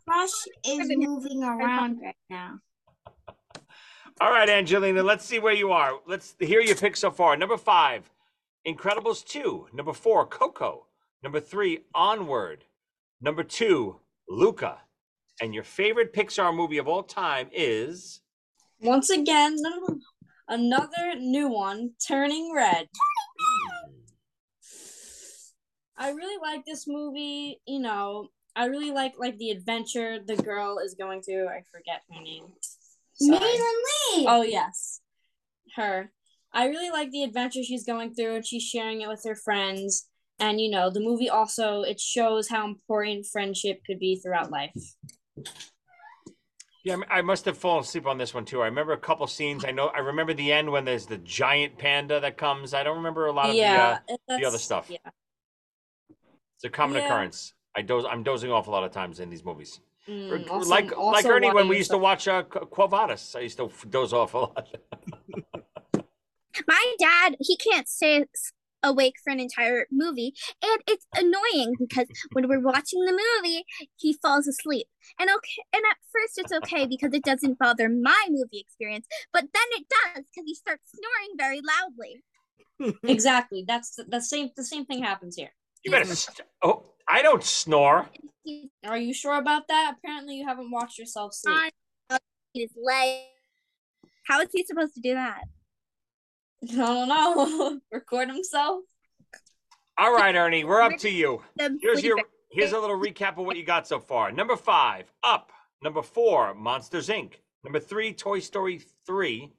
S17: Crush is moving around right now.
S1: All right, Angelina, let's see where you are. Let's hear your pick so far. Number five, Incredibles 2. Number four, Coco. Number three, Onward. Number two, Luca. And your favorite Pixar movie of all time is.
S4: Once again, no, no, no. another new one, Turning Red. I really like this movie. You know, I really like like the adventure the girl is going through. I forget her name. Sorry.
S17: Maiden Lee!
S4: Oh yes, her. I really like the adventure she's going through, and she's sharing it with her friends. And you know, the movie also it shows how important friendship could be throughout life.
S1: Yeah, I m- I must have fallen asleep on this one too. I remember a couple scenes. I know. I remember the end when there's the giant panda that comes. I don't remember a lot of
S4: yeah,
S1: the,
S4: it-
S1: uh, the other
S4: that's-
S1: stuff.
S4: Yeah.
S1: It's a common
S4: Yeah.
S1: occurrence. I doze. I'm dozing off a lot of times in these movies. Or-
S4: Mm, also-
S1: like like
S4: also
S1: Ernie
S4: why
S1: when
S4: you
S1: we used to
S4: so-
S1: watch uh, Qu- Quo Vadis. I used to f- doze off a lot.
S6: My dad, he can't stay s- awake for an entire movie, and it's annoying because when we're watching the movie, he falls asleep. And okay, and at first it's okay because it doesn't bother my movie experience, but then it does because he starts snoring very loudly.
S4: exactly. That's the, the same. The same thing happens here.
S1: You better. St- oh, I don't snore.
S4: Are you sure about that? Apparently, you haven't watched yourself
S1: Hmm.
S4: sleep.
S6: His leg. How is he supposed to do that?
S4: I don't know. Record himself.
S1: All right, Ernie, we're up to you.
S6: The
S1: Here's your
S4: fleabag.
S1: here's a little recap of what you got so far. Number five, Up. Number four, Monsters Inc. Number three, Toy Story three.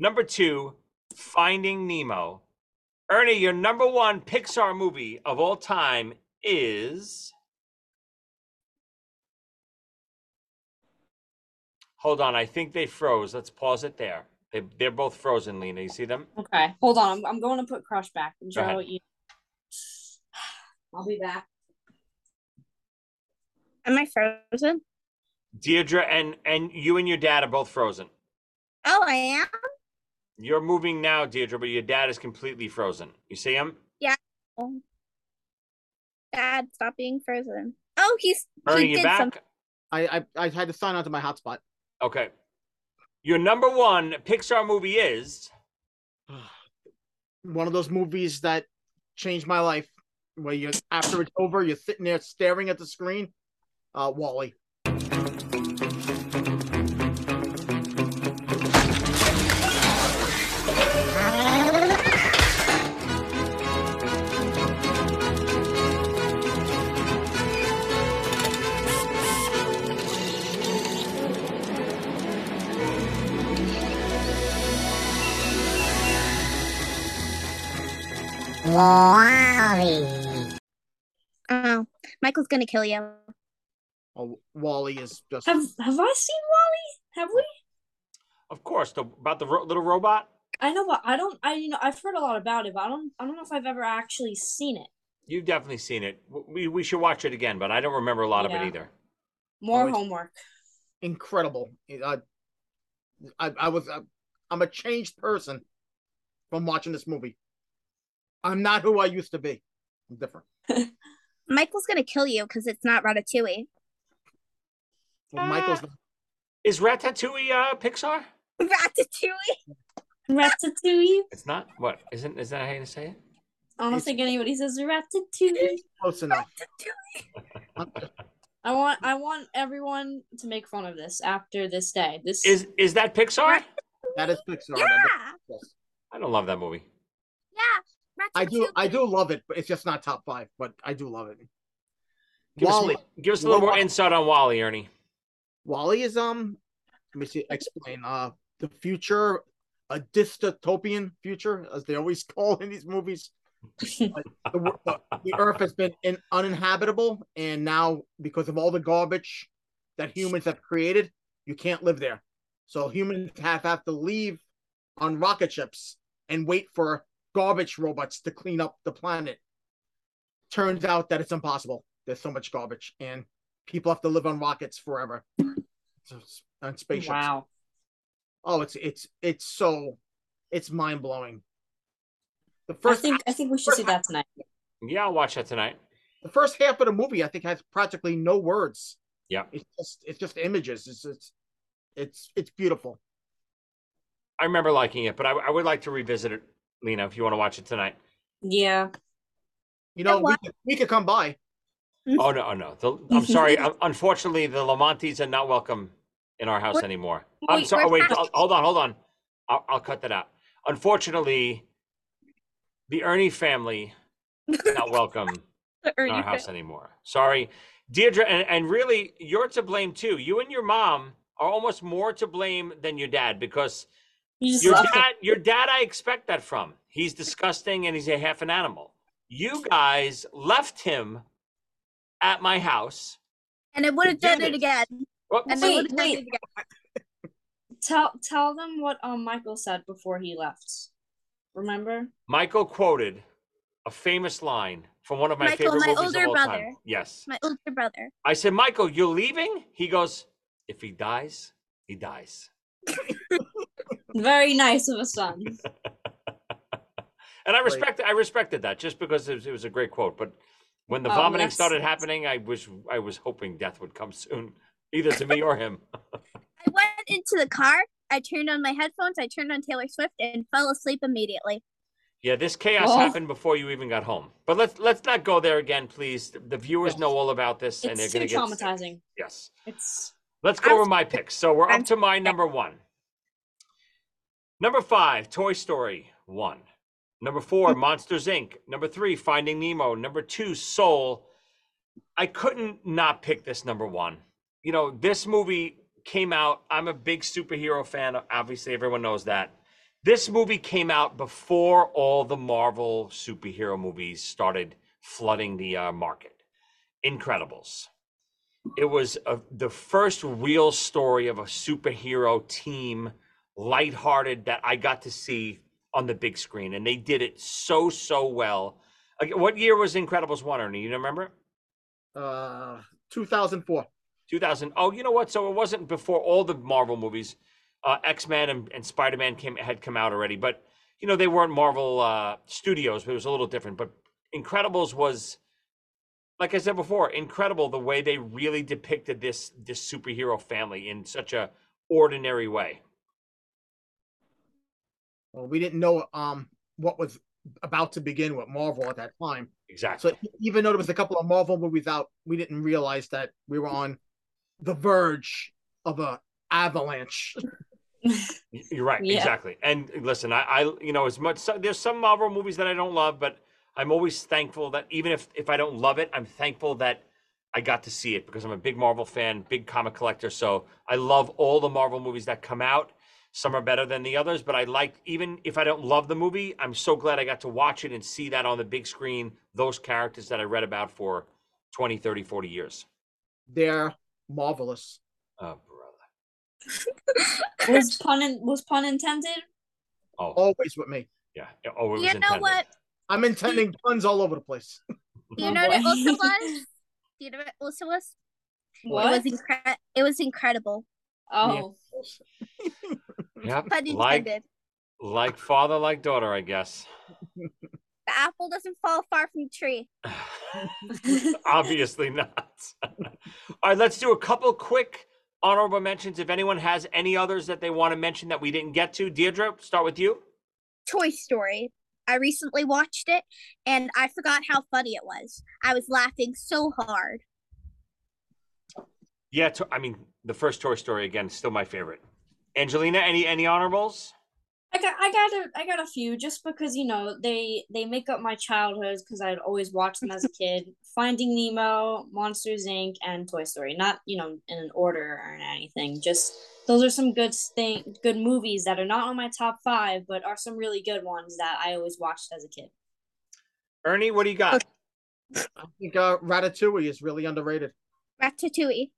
S1: Number two, Finding Nemo. Ernie, your number one Pixar movie of all time is. Hold on, I think they froze. Let's pause it there. They, they're both frozen, Lena. You see them?
S4: Okay, hold on. I'm, I'm going to put Crush back.
S1: Go
S4: Joe,
S1: ahead.
S4: you... I'll be back.
S6: Am I frozen?
S1: Deirdre and and you and your dad are both frozen.
S6: Oh, I am.
S1: You're moving now, Deirdre, but your dad is completely frozen. You see him?
S6: Yeah. Dad, stop being frozen. Oh, he's
S1: Ernie,
S6: he
S1: you
S6: did
S1: back?
S6: something.
S3: I, I I had to sign on to my hotspot.
S1: Okay. Your number one Pixar movie is
S3: One of those movies that changed my life. Where you after it's over, you're sitting there staring at the screen. Uh, Wally.
S6: Wally. Oh, Michael's gonna kill you.
S3: Oh, Wally is just.
S4: Have Have I seen Wally? Have we?
S1: Of course, the, about the ro- little robot.
S4: I know, but I don't. I you know I've heard a lot about it, but I don't. I don't know if I've ever actually seen it.
S1: You've definitely seen it. W- We we should watch it again, but I don't remember a lot of
S4: Yeah.
S1: it either. Oh,
S4: More
S3: it's-
S4: homework.
S3: incredible. I, I, I was, uh, I'm a changed person from watching this movie. I'm not who I used to be. I'm different.
S6: Michael's gonna kill you because it's not Ratatouille.
S3: Well, Michael's not-
S1: Is Ratatouille uh, Pixar?
S6: Ratatouille.
S4: Ratatouille.
S1: It's not. What isn't? Is that how you say it?
S4: I don't think anybody says ratatouille.
S3: close enough.
S4: I want. I want everyone to make fun of this after this day. This
S1: Is is that Pixar?
S3: That is Pixar.
S6: Yeah,
S1: I don't love that movie.
S6: yeah.
S3: I do, I do love it, but it's just not top five. But I do love it.
S1: Give us,
S3: Wall-E.
S1: more- give us a little more
S3: Wall-E.
S1: insight on Wally, Ernie.
S3: Wally is um let me see explain uh the future a dystopian future as they always call in these movies. Like, the, wor- the, the earth has been in, uninhabitable and now because of all the garbage that humans have created, you can't live there. So humans have, have to leave on rocket ships and wait for garbage robots to clean up the planet. Turns out that it's impossible. There's so much garbage and people have to live on rockets forever on spaceships.
S4: Wow.
S3: Oh, it's it's it's so it's mind blowing. The
S4: I
S3: first
S4: think. I think we should see that tonight.
S1: Yeah, I'll watch that tonight.
S3: The first half of the movie, I think, has practically no words.
S1: Yeah.
S3: It's just it's just images. It's it's it's it's beautiful.
S1: I remember liking it, but I, I would like to revisit it, Lena, if you want to watch it tonight.
S4: Yeah.
S3: You know, we could, we could come by.
S1: Oh, no, oh, no. The, I'm sorry. Un- Unfortunately, the Lamontes are not welcome in our house
S4: We're-
S1: anymore. I'm
S4: wait,
S1: sorry.
S4: we're
S1: Wait,
S4: not-
S1: I'll- hold on, hold on. I'll, I'll cut that out. Unfortunately, the Ernie family not welcome
S6: The
S1: in
S6: Ernie
S1: our house
S6: family.
S1: anymore. Sorry, Deirdre, and, and really, you're to blame too. You and your mom are almost more to blame than your dad because
S4: You just
S1: your
S4: love him.
S1: dad, your dad, I expect that from. He's disgusting and he's a half an animal. You guys left him at my house.
S6: And I would have done it again.
S1: Well,
S6: And I
S4: wait,
S6: would have done
S4: wait.
S6: it again.
S4: Tell tell them what um Michael said before he left. Remember?
S1: Michael quoted a famous line from one of my
S6: Michael,
S1: favorite
S6: my
S1: movies
S6: older
S1: of all
S6: brother.
S1: time. Yes.
S6: My older brother.
S1: I said, Michael, you're leaving? He goes, if he dies, he dies.
S4: Very nice of a son.
S1: And I respect I respected that just because it was, it was a great quote. But when the
S4: Oh,
S1: vomiting
S4: that's-
S1: started happening, I was I was hoping death would come soon, either to me or him.
S6: I went into the car. I turned on my headphones. I turned on Taylor Swift and fell asleep immediately.
S1: Yeah, this chaos
S6: Oh.
S1: happened before you even got home. But let's let's not go there again, please. The- The viewers know all about this, and they're
S4: It's too
S1: going to get sick.
S4: traumatizing.
S1: Yes.
S4: It's
S1: Let's go over my picks. So we're up to my number one. Number five, Toy Story one. Number four, Monsters Inc. Number three, Finding Nemo. Number two, Soul. I couldn't not pick this number one. You know, this movie came out. I'm a big superhero fan. Obviously, everyone knows that. This movie came out before all the Marvel superhero movies started flooding the uh, market. Incredibles it was a, the first real story of a superhero team lighthearted that I got to see on the big screen and they did it so so well. Like, What year was Incredibles 1 Ernie? You remember?
S3: Uh 2004.
S1: 2000. Oh, you know what? So it wasn't before all the Marvel movies. Uh, X Men and, and Spider Man came had come out already, but you know they weren't Marvel uh, Studios. But it was a little different. But Incredibles was, like I said before, incredible the way they really depicted this this superhero family in such a ordinary way.
S3: Well, we didn't know um what was about to begin with Marvel at that time.
S1: Exactly.
S3: So even though there was a couple of Marvel movies out, we didn't realize that we were on the verge of a avalanche.
S1: Y- You're right,
S3: Yeah.
S1: exactly. And uh, listen, I, I, you know, as much so, there's some Marvel movies that I don't love, but I'm always thankful that even if if I don't love it, I'm thankful that I got to see it because I'm a big Marvel fan, big comic collector. So I love all the Marvel movies that come out. Some are better than the others, but I like even if I don't love the movie, I'm so glad I got to watch it and see that on the big screen. Those characters that I read about for 20, 30, 40 years.
S3: They're marvelous.
S1: Oh,
S4: was pun in, was pun intended?
S1: Oh.
S3: Always with me.
S1: Yeah. Oh, it was
S4: You know
S1: intended.
S4: what?
S3: I'm intending puns all over the place.
S6: Do you know what it also was? Do you know what it also was?
S3: What?
S6: It was, incre- it was incredible.
S4: Oh.
S1: Yep.
S6: Pun
S1: Like,
S6: intended.
S1: like father, like daughter, I guess.
S6: The apple doesn't fall far from the tree.
S4: Oh.
S1: Obviously not. All right, let's do a couple quick honorable mentions. If anyone has any others that they want to mention that we didn't get to, Deirdre, start with you.
S6: Toy Story. I recently watched it and I forgot how funny it was. I was laughing so hard.
S1: Yeah, to- I mean the first Toy Story again, still my favorite. Angelina, any any honorables?
S4: I got I got a I got a few just because you know they they make up my childhoods because I'd always watch them as a kid. Finding Nemo, Monsters Inc., and Toy Story. Not you know in an order or in anything. Just those are some good thing good movies that are not on my top five, but are some really good ones that I always watched as a kid.
S1: Ernie, what do you got?
S3: I think uh, Ratatouille is really underrated.
S6: Ratatouille.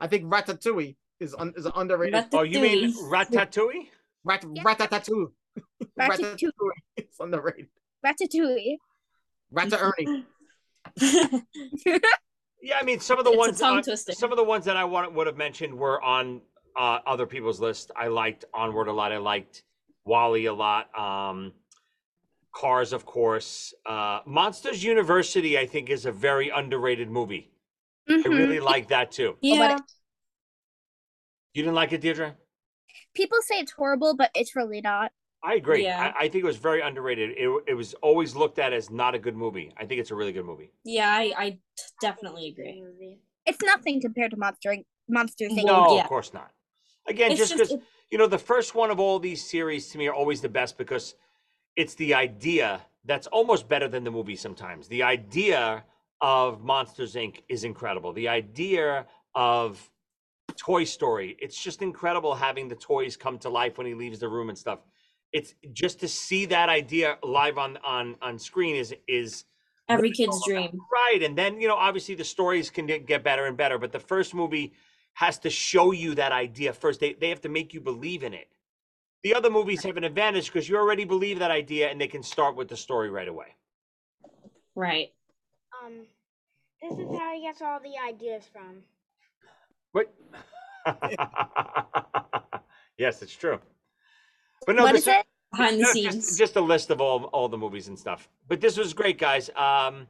S3: I think Ratatouille is un- is underrated.
S1: Oh, you mean Ratatouille?
S3: Rat Ratatouille.
S6: Ratatouille.
S3: It's underrated.
S6: Ratatouille.
S3: Rata Ernie.
S1: Yeah, I mean some of the
S4: It's a
S1: ones
S4: tongue
S1: on-
S4: twister.
S1: some of the ones that I want, would have mentioned were on uh, other people's list. I liked Onward a lot. I liked Wally a lot. Um, Cars, of course. Uh, Monsters University, I think, is a very underrated movie. I
S4: Mm-hmm.
S6: Mm-hmm.
S1: really like that too.
S6: Yeah.
S1: You didn't like it, Deirdre?
S6: People say it's horrible, but it's really not.
S1: I agree.
S6: Yeah.
S1: I, I think it was very underrated. It, it was always looked at as not a good movie. I think it's a really good movie.
S4: Yeah, I, I t- definitely agree.
S6: It's nothing compared to Monster Monster Inc.
S1: No, of course not. Again,
S6: It's
S1: just
S6: just-
S1: because you know the first one of all these series to me are always the best because it's the idea that's almost better than the movie sometimes. The idea of Monsters Inc. is incredible. The idea of Toy Story, it's just incredible having the toys come to life when he leaves the room and stuff. It's just to see that idea live on on on screen is is
S4: Every
S1: what it's
S4: kid's
S1: all about.
S4: dream.
S1: Right. And then, you know, obviously the stories can get get better and better, but the first movie has to show you that idea first. They, they have to make you believe in it. The other movies have an advantage because you already believe that idea and they can start with the story right away.
S4: Right.
S5: Um, this is how he gets all the ideas from.
S1: yes, it's true. But no,
S4: What
S1: this
S4: is it? Behind the
S1: no,
S4: scenes.
S1: Just, just a list of all all the movies and stuff. But this was great, guys. Um,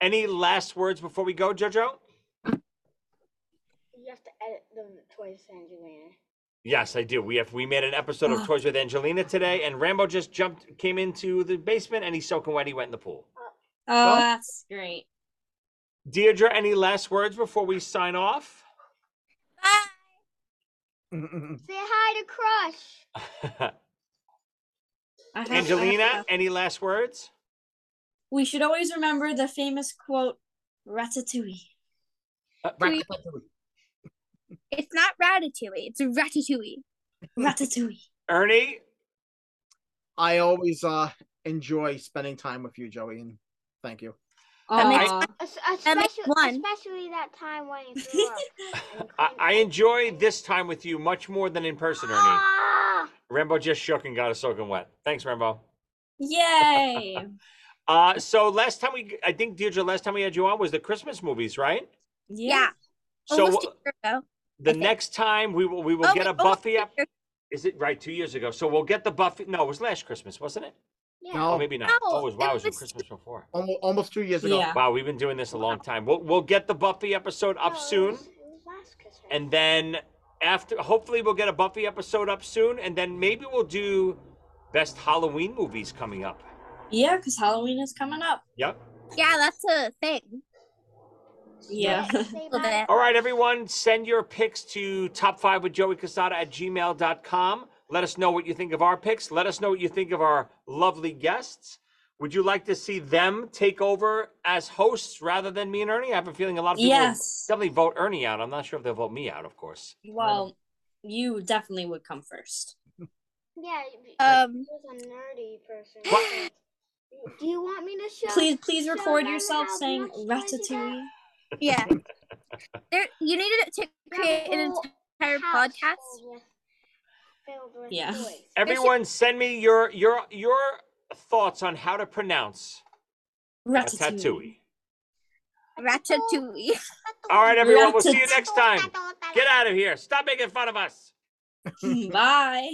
S1: any last words before we go, Jojo?
S5: You have to edit the toys, Angelina.
S1: Yes, I do. We have we made an episode of Toys with Angelina today, and Rambo just jumped, came into the basement, and he's soaking wet. He went in the pool.
S4: Oh,
S1: Well-
S4: that's great.
S1: Deirdre, any last words before we sign off?
S6: Ah,
S5: Say hi to Crush.
S4: I have- I have
S1: Angelina,
S6: uh,
S4: enough.
S1: any last words?
S4: We should always remember the famous quote, "Ratatouille."
S6: Ratatouille. It's not Ratatouille. It's Ratatouille.
S4: Ratatouille.
S1: Ernie,
S3: I always uh enjoy spending time with you, Joey, and thank you.
S5: Especially, especially that time when you threw up.
S1: I, I enjoy this time with you much more than in person, Ernie.
S5: Ah!
S1: Rambo just shook and got us soaking wet. Thanks, Rambo.
S4: Yay!
S1: Uh, so last time we, I think Deirdre, last time we had you on was the Christmas movies, right?
S4: Yeah.
S1: So
S6: Almost
S1: uh,
S6: a year ago.
S1: the next time we will we will
S6: Oh,
S1: get
S6: wait,
S1: a
S6: almost
S1: Buffy up. Is it right? Two years ago. So we'll get the Buffy. No, it was last Christmas, wasn't it?
S3: No.
S1: Oh, maybe not. oh, it was, wow, it was the Christmas before.
S3: Almost, almost two years ago.
S1: Wow, we've been doing this a long time. We'll we'll get the Buffy episode up soon, and then after, hopefully, we'll get a Buffy episode up soon, and then maybe we'll do best Halloween movies coming up.
S4: Yeah, because Halloween is coming up.
S1: Yep.
S6: Yeah, that's a thing.
S4: Yeah.
S6: Little bit.
S1: All right, everyone, send your picks to top five with Joey Casada at gmail.com. Let us know what you think of our picks. Let us know what you think of our lovely guests. Would you like to see them take over as hosts rather than me and Ernie? I have a feeling a lot of people will
S4: Yes.
S1: definitely vote Ernie out. I'm not sure if they'll vote me out, of course.
S4: Well, you definitely would come first.
S5: Yeah,
S4: Um,
S5: um, was a nerdy person. Do you want me to show?
S4: Please, please
S5: show
S4: record
S5: them
S4: yourself
S5: how
S4: saying
S5: much toys you got?
S4: "Ratatouille."
S6: Yeah. there, you needed to create an entire podcast.
S4: Yeah.
S1: Everyone, send me your your your thoughts on how to pronounce Ratatouille.
S6: Ratatouille.
S1: All right, everyone, we'll see you next time. Get out of here. Stop making fun of us.
S4: Bye.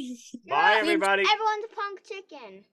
S1: Bye, everybody.
S5: Everyone's a punk chicken.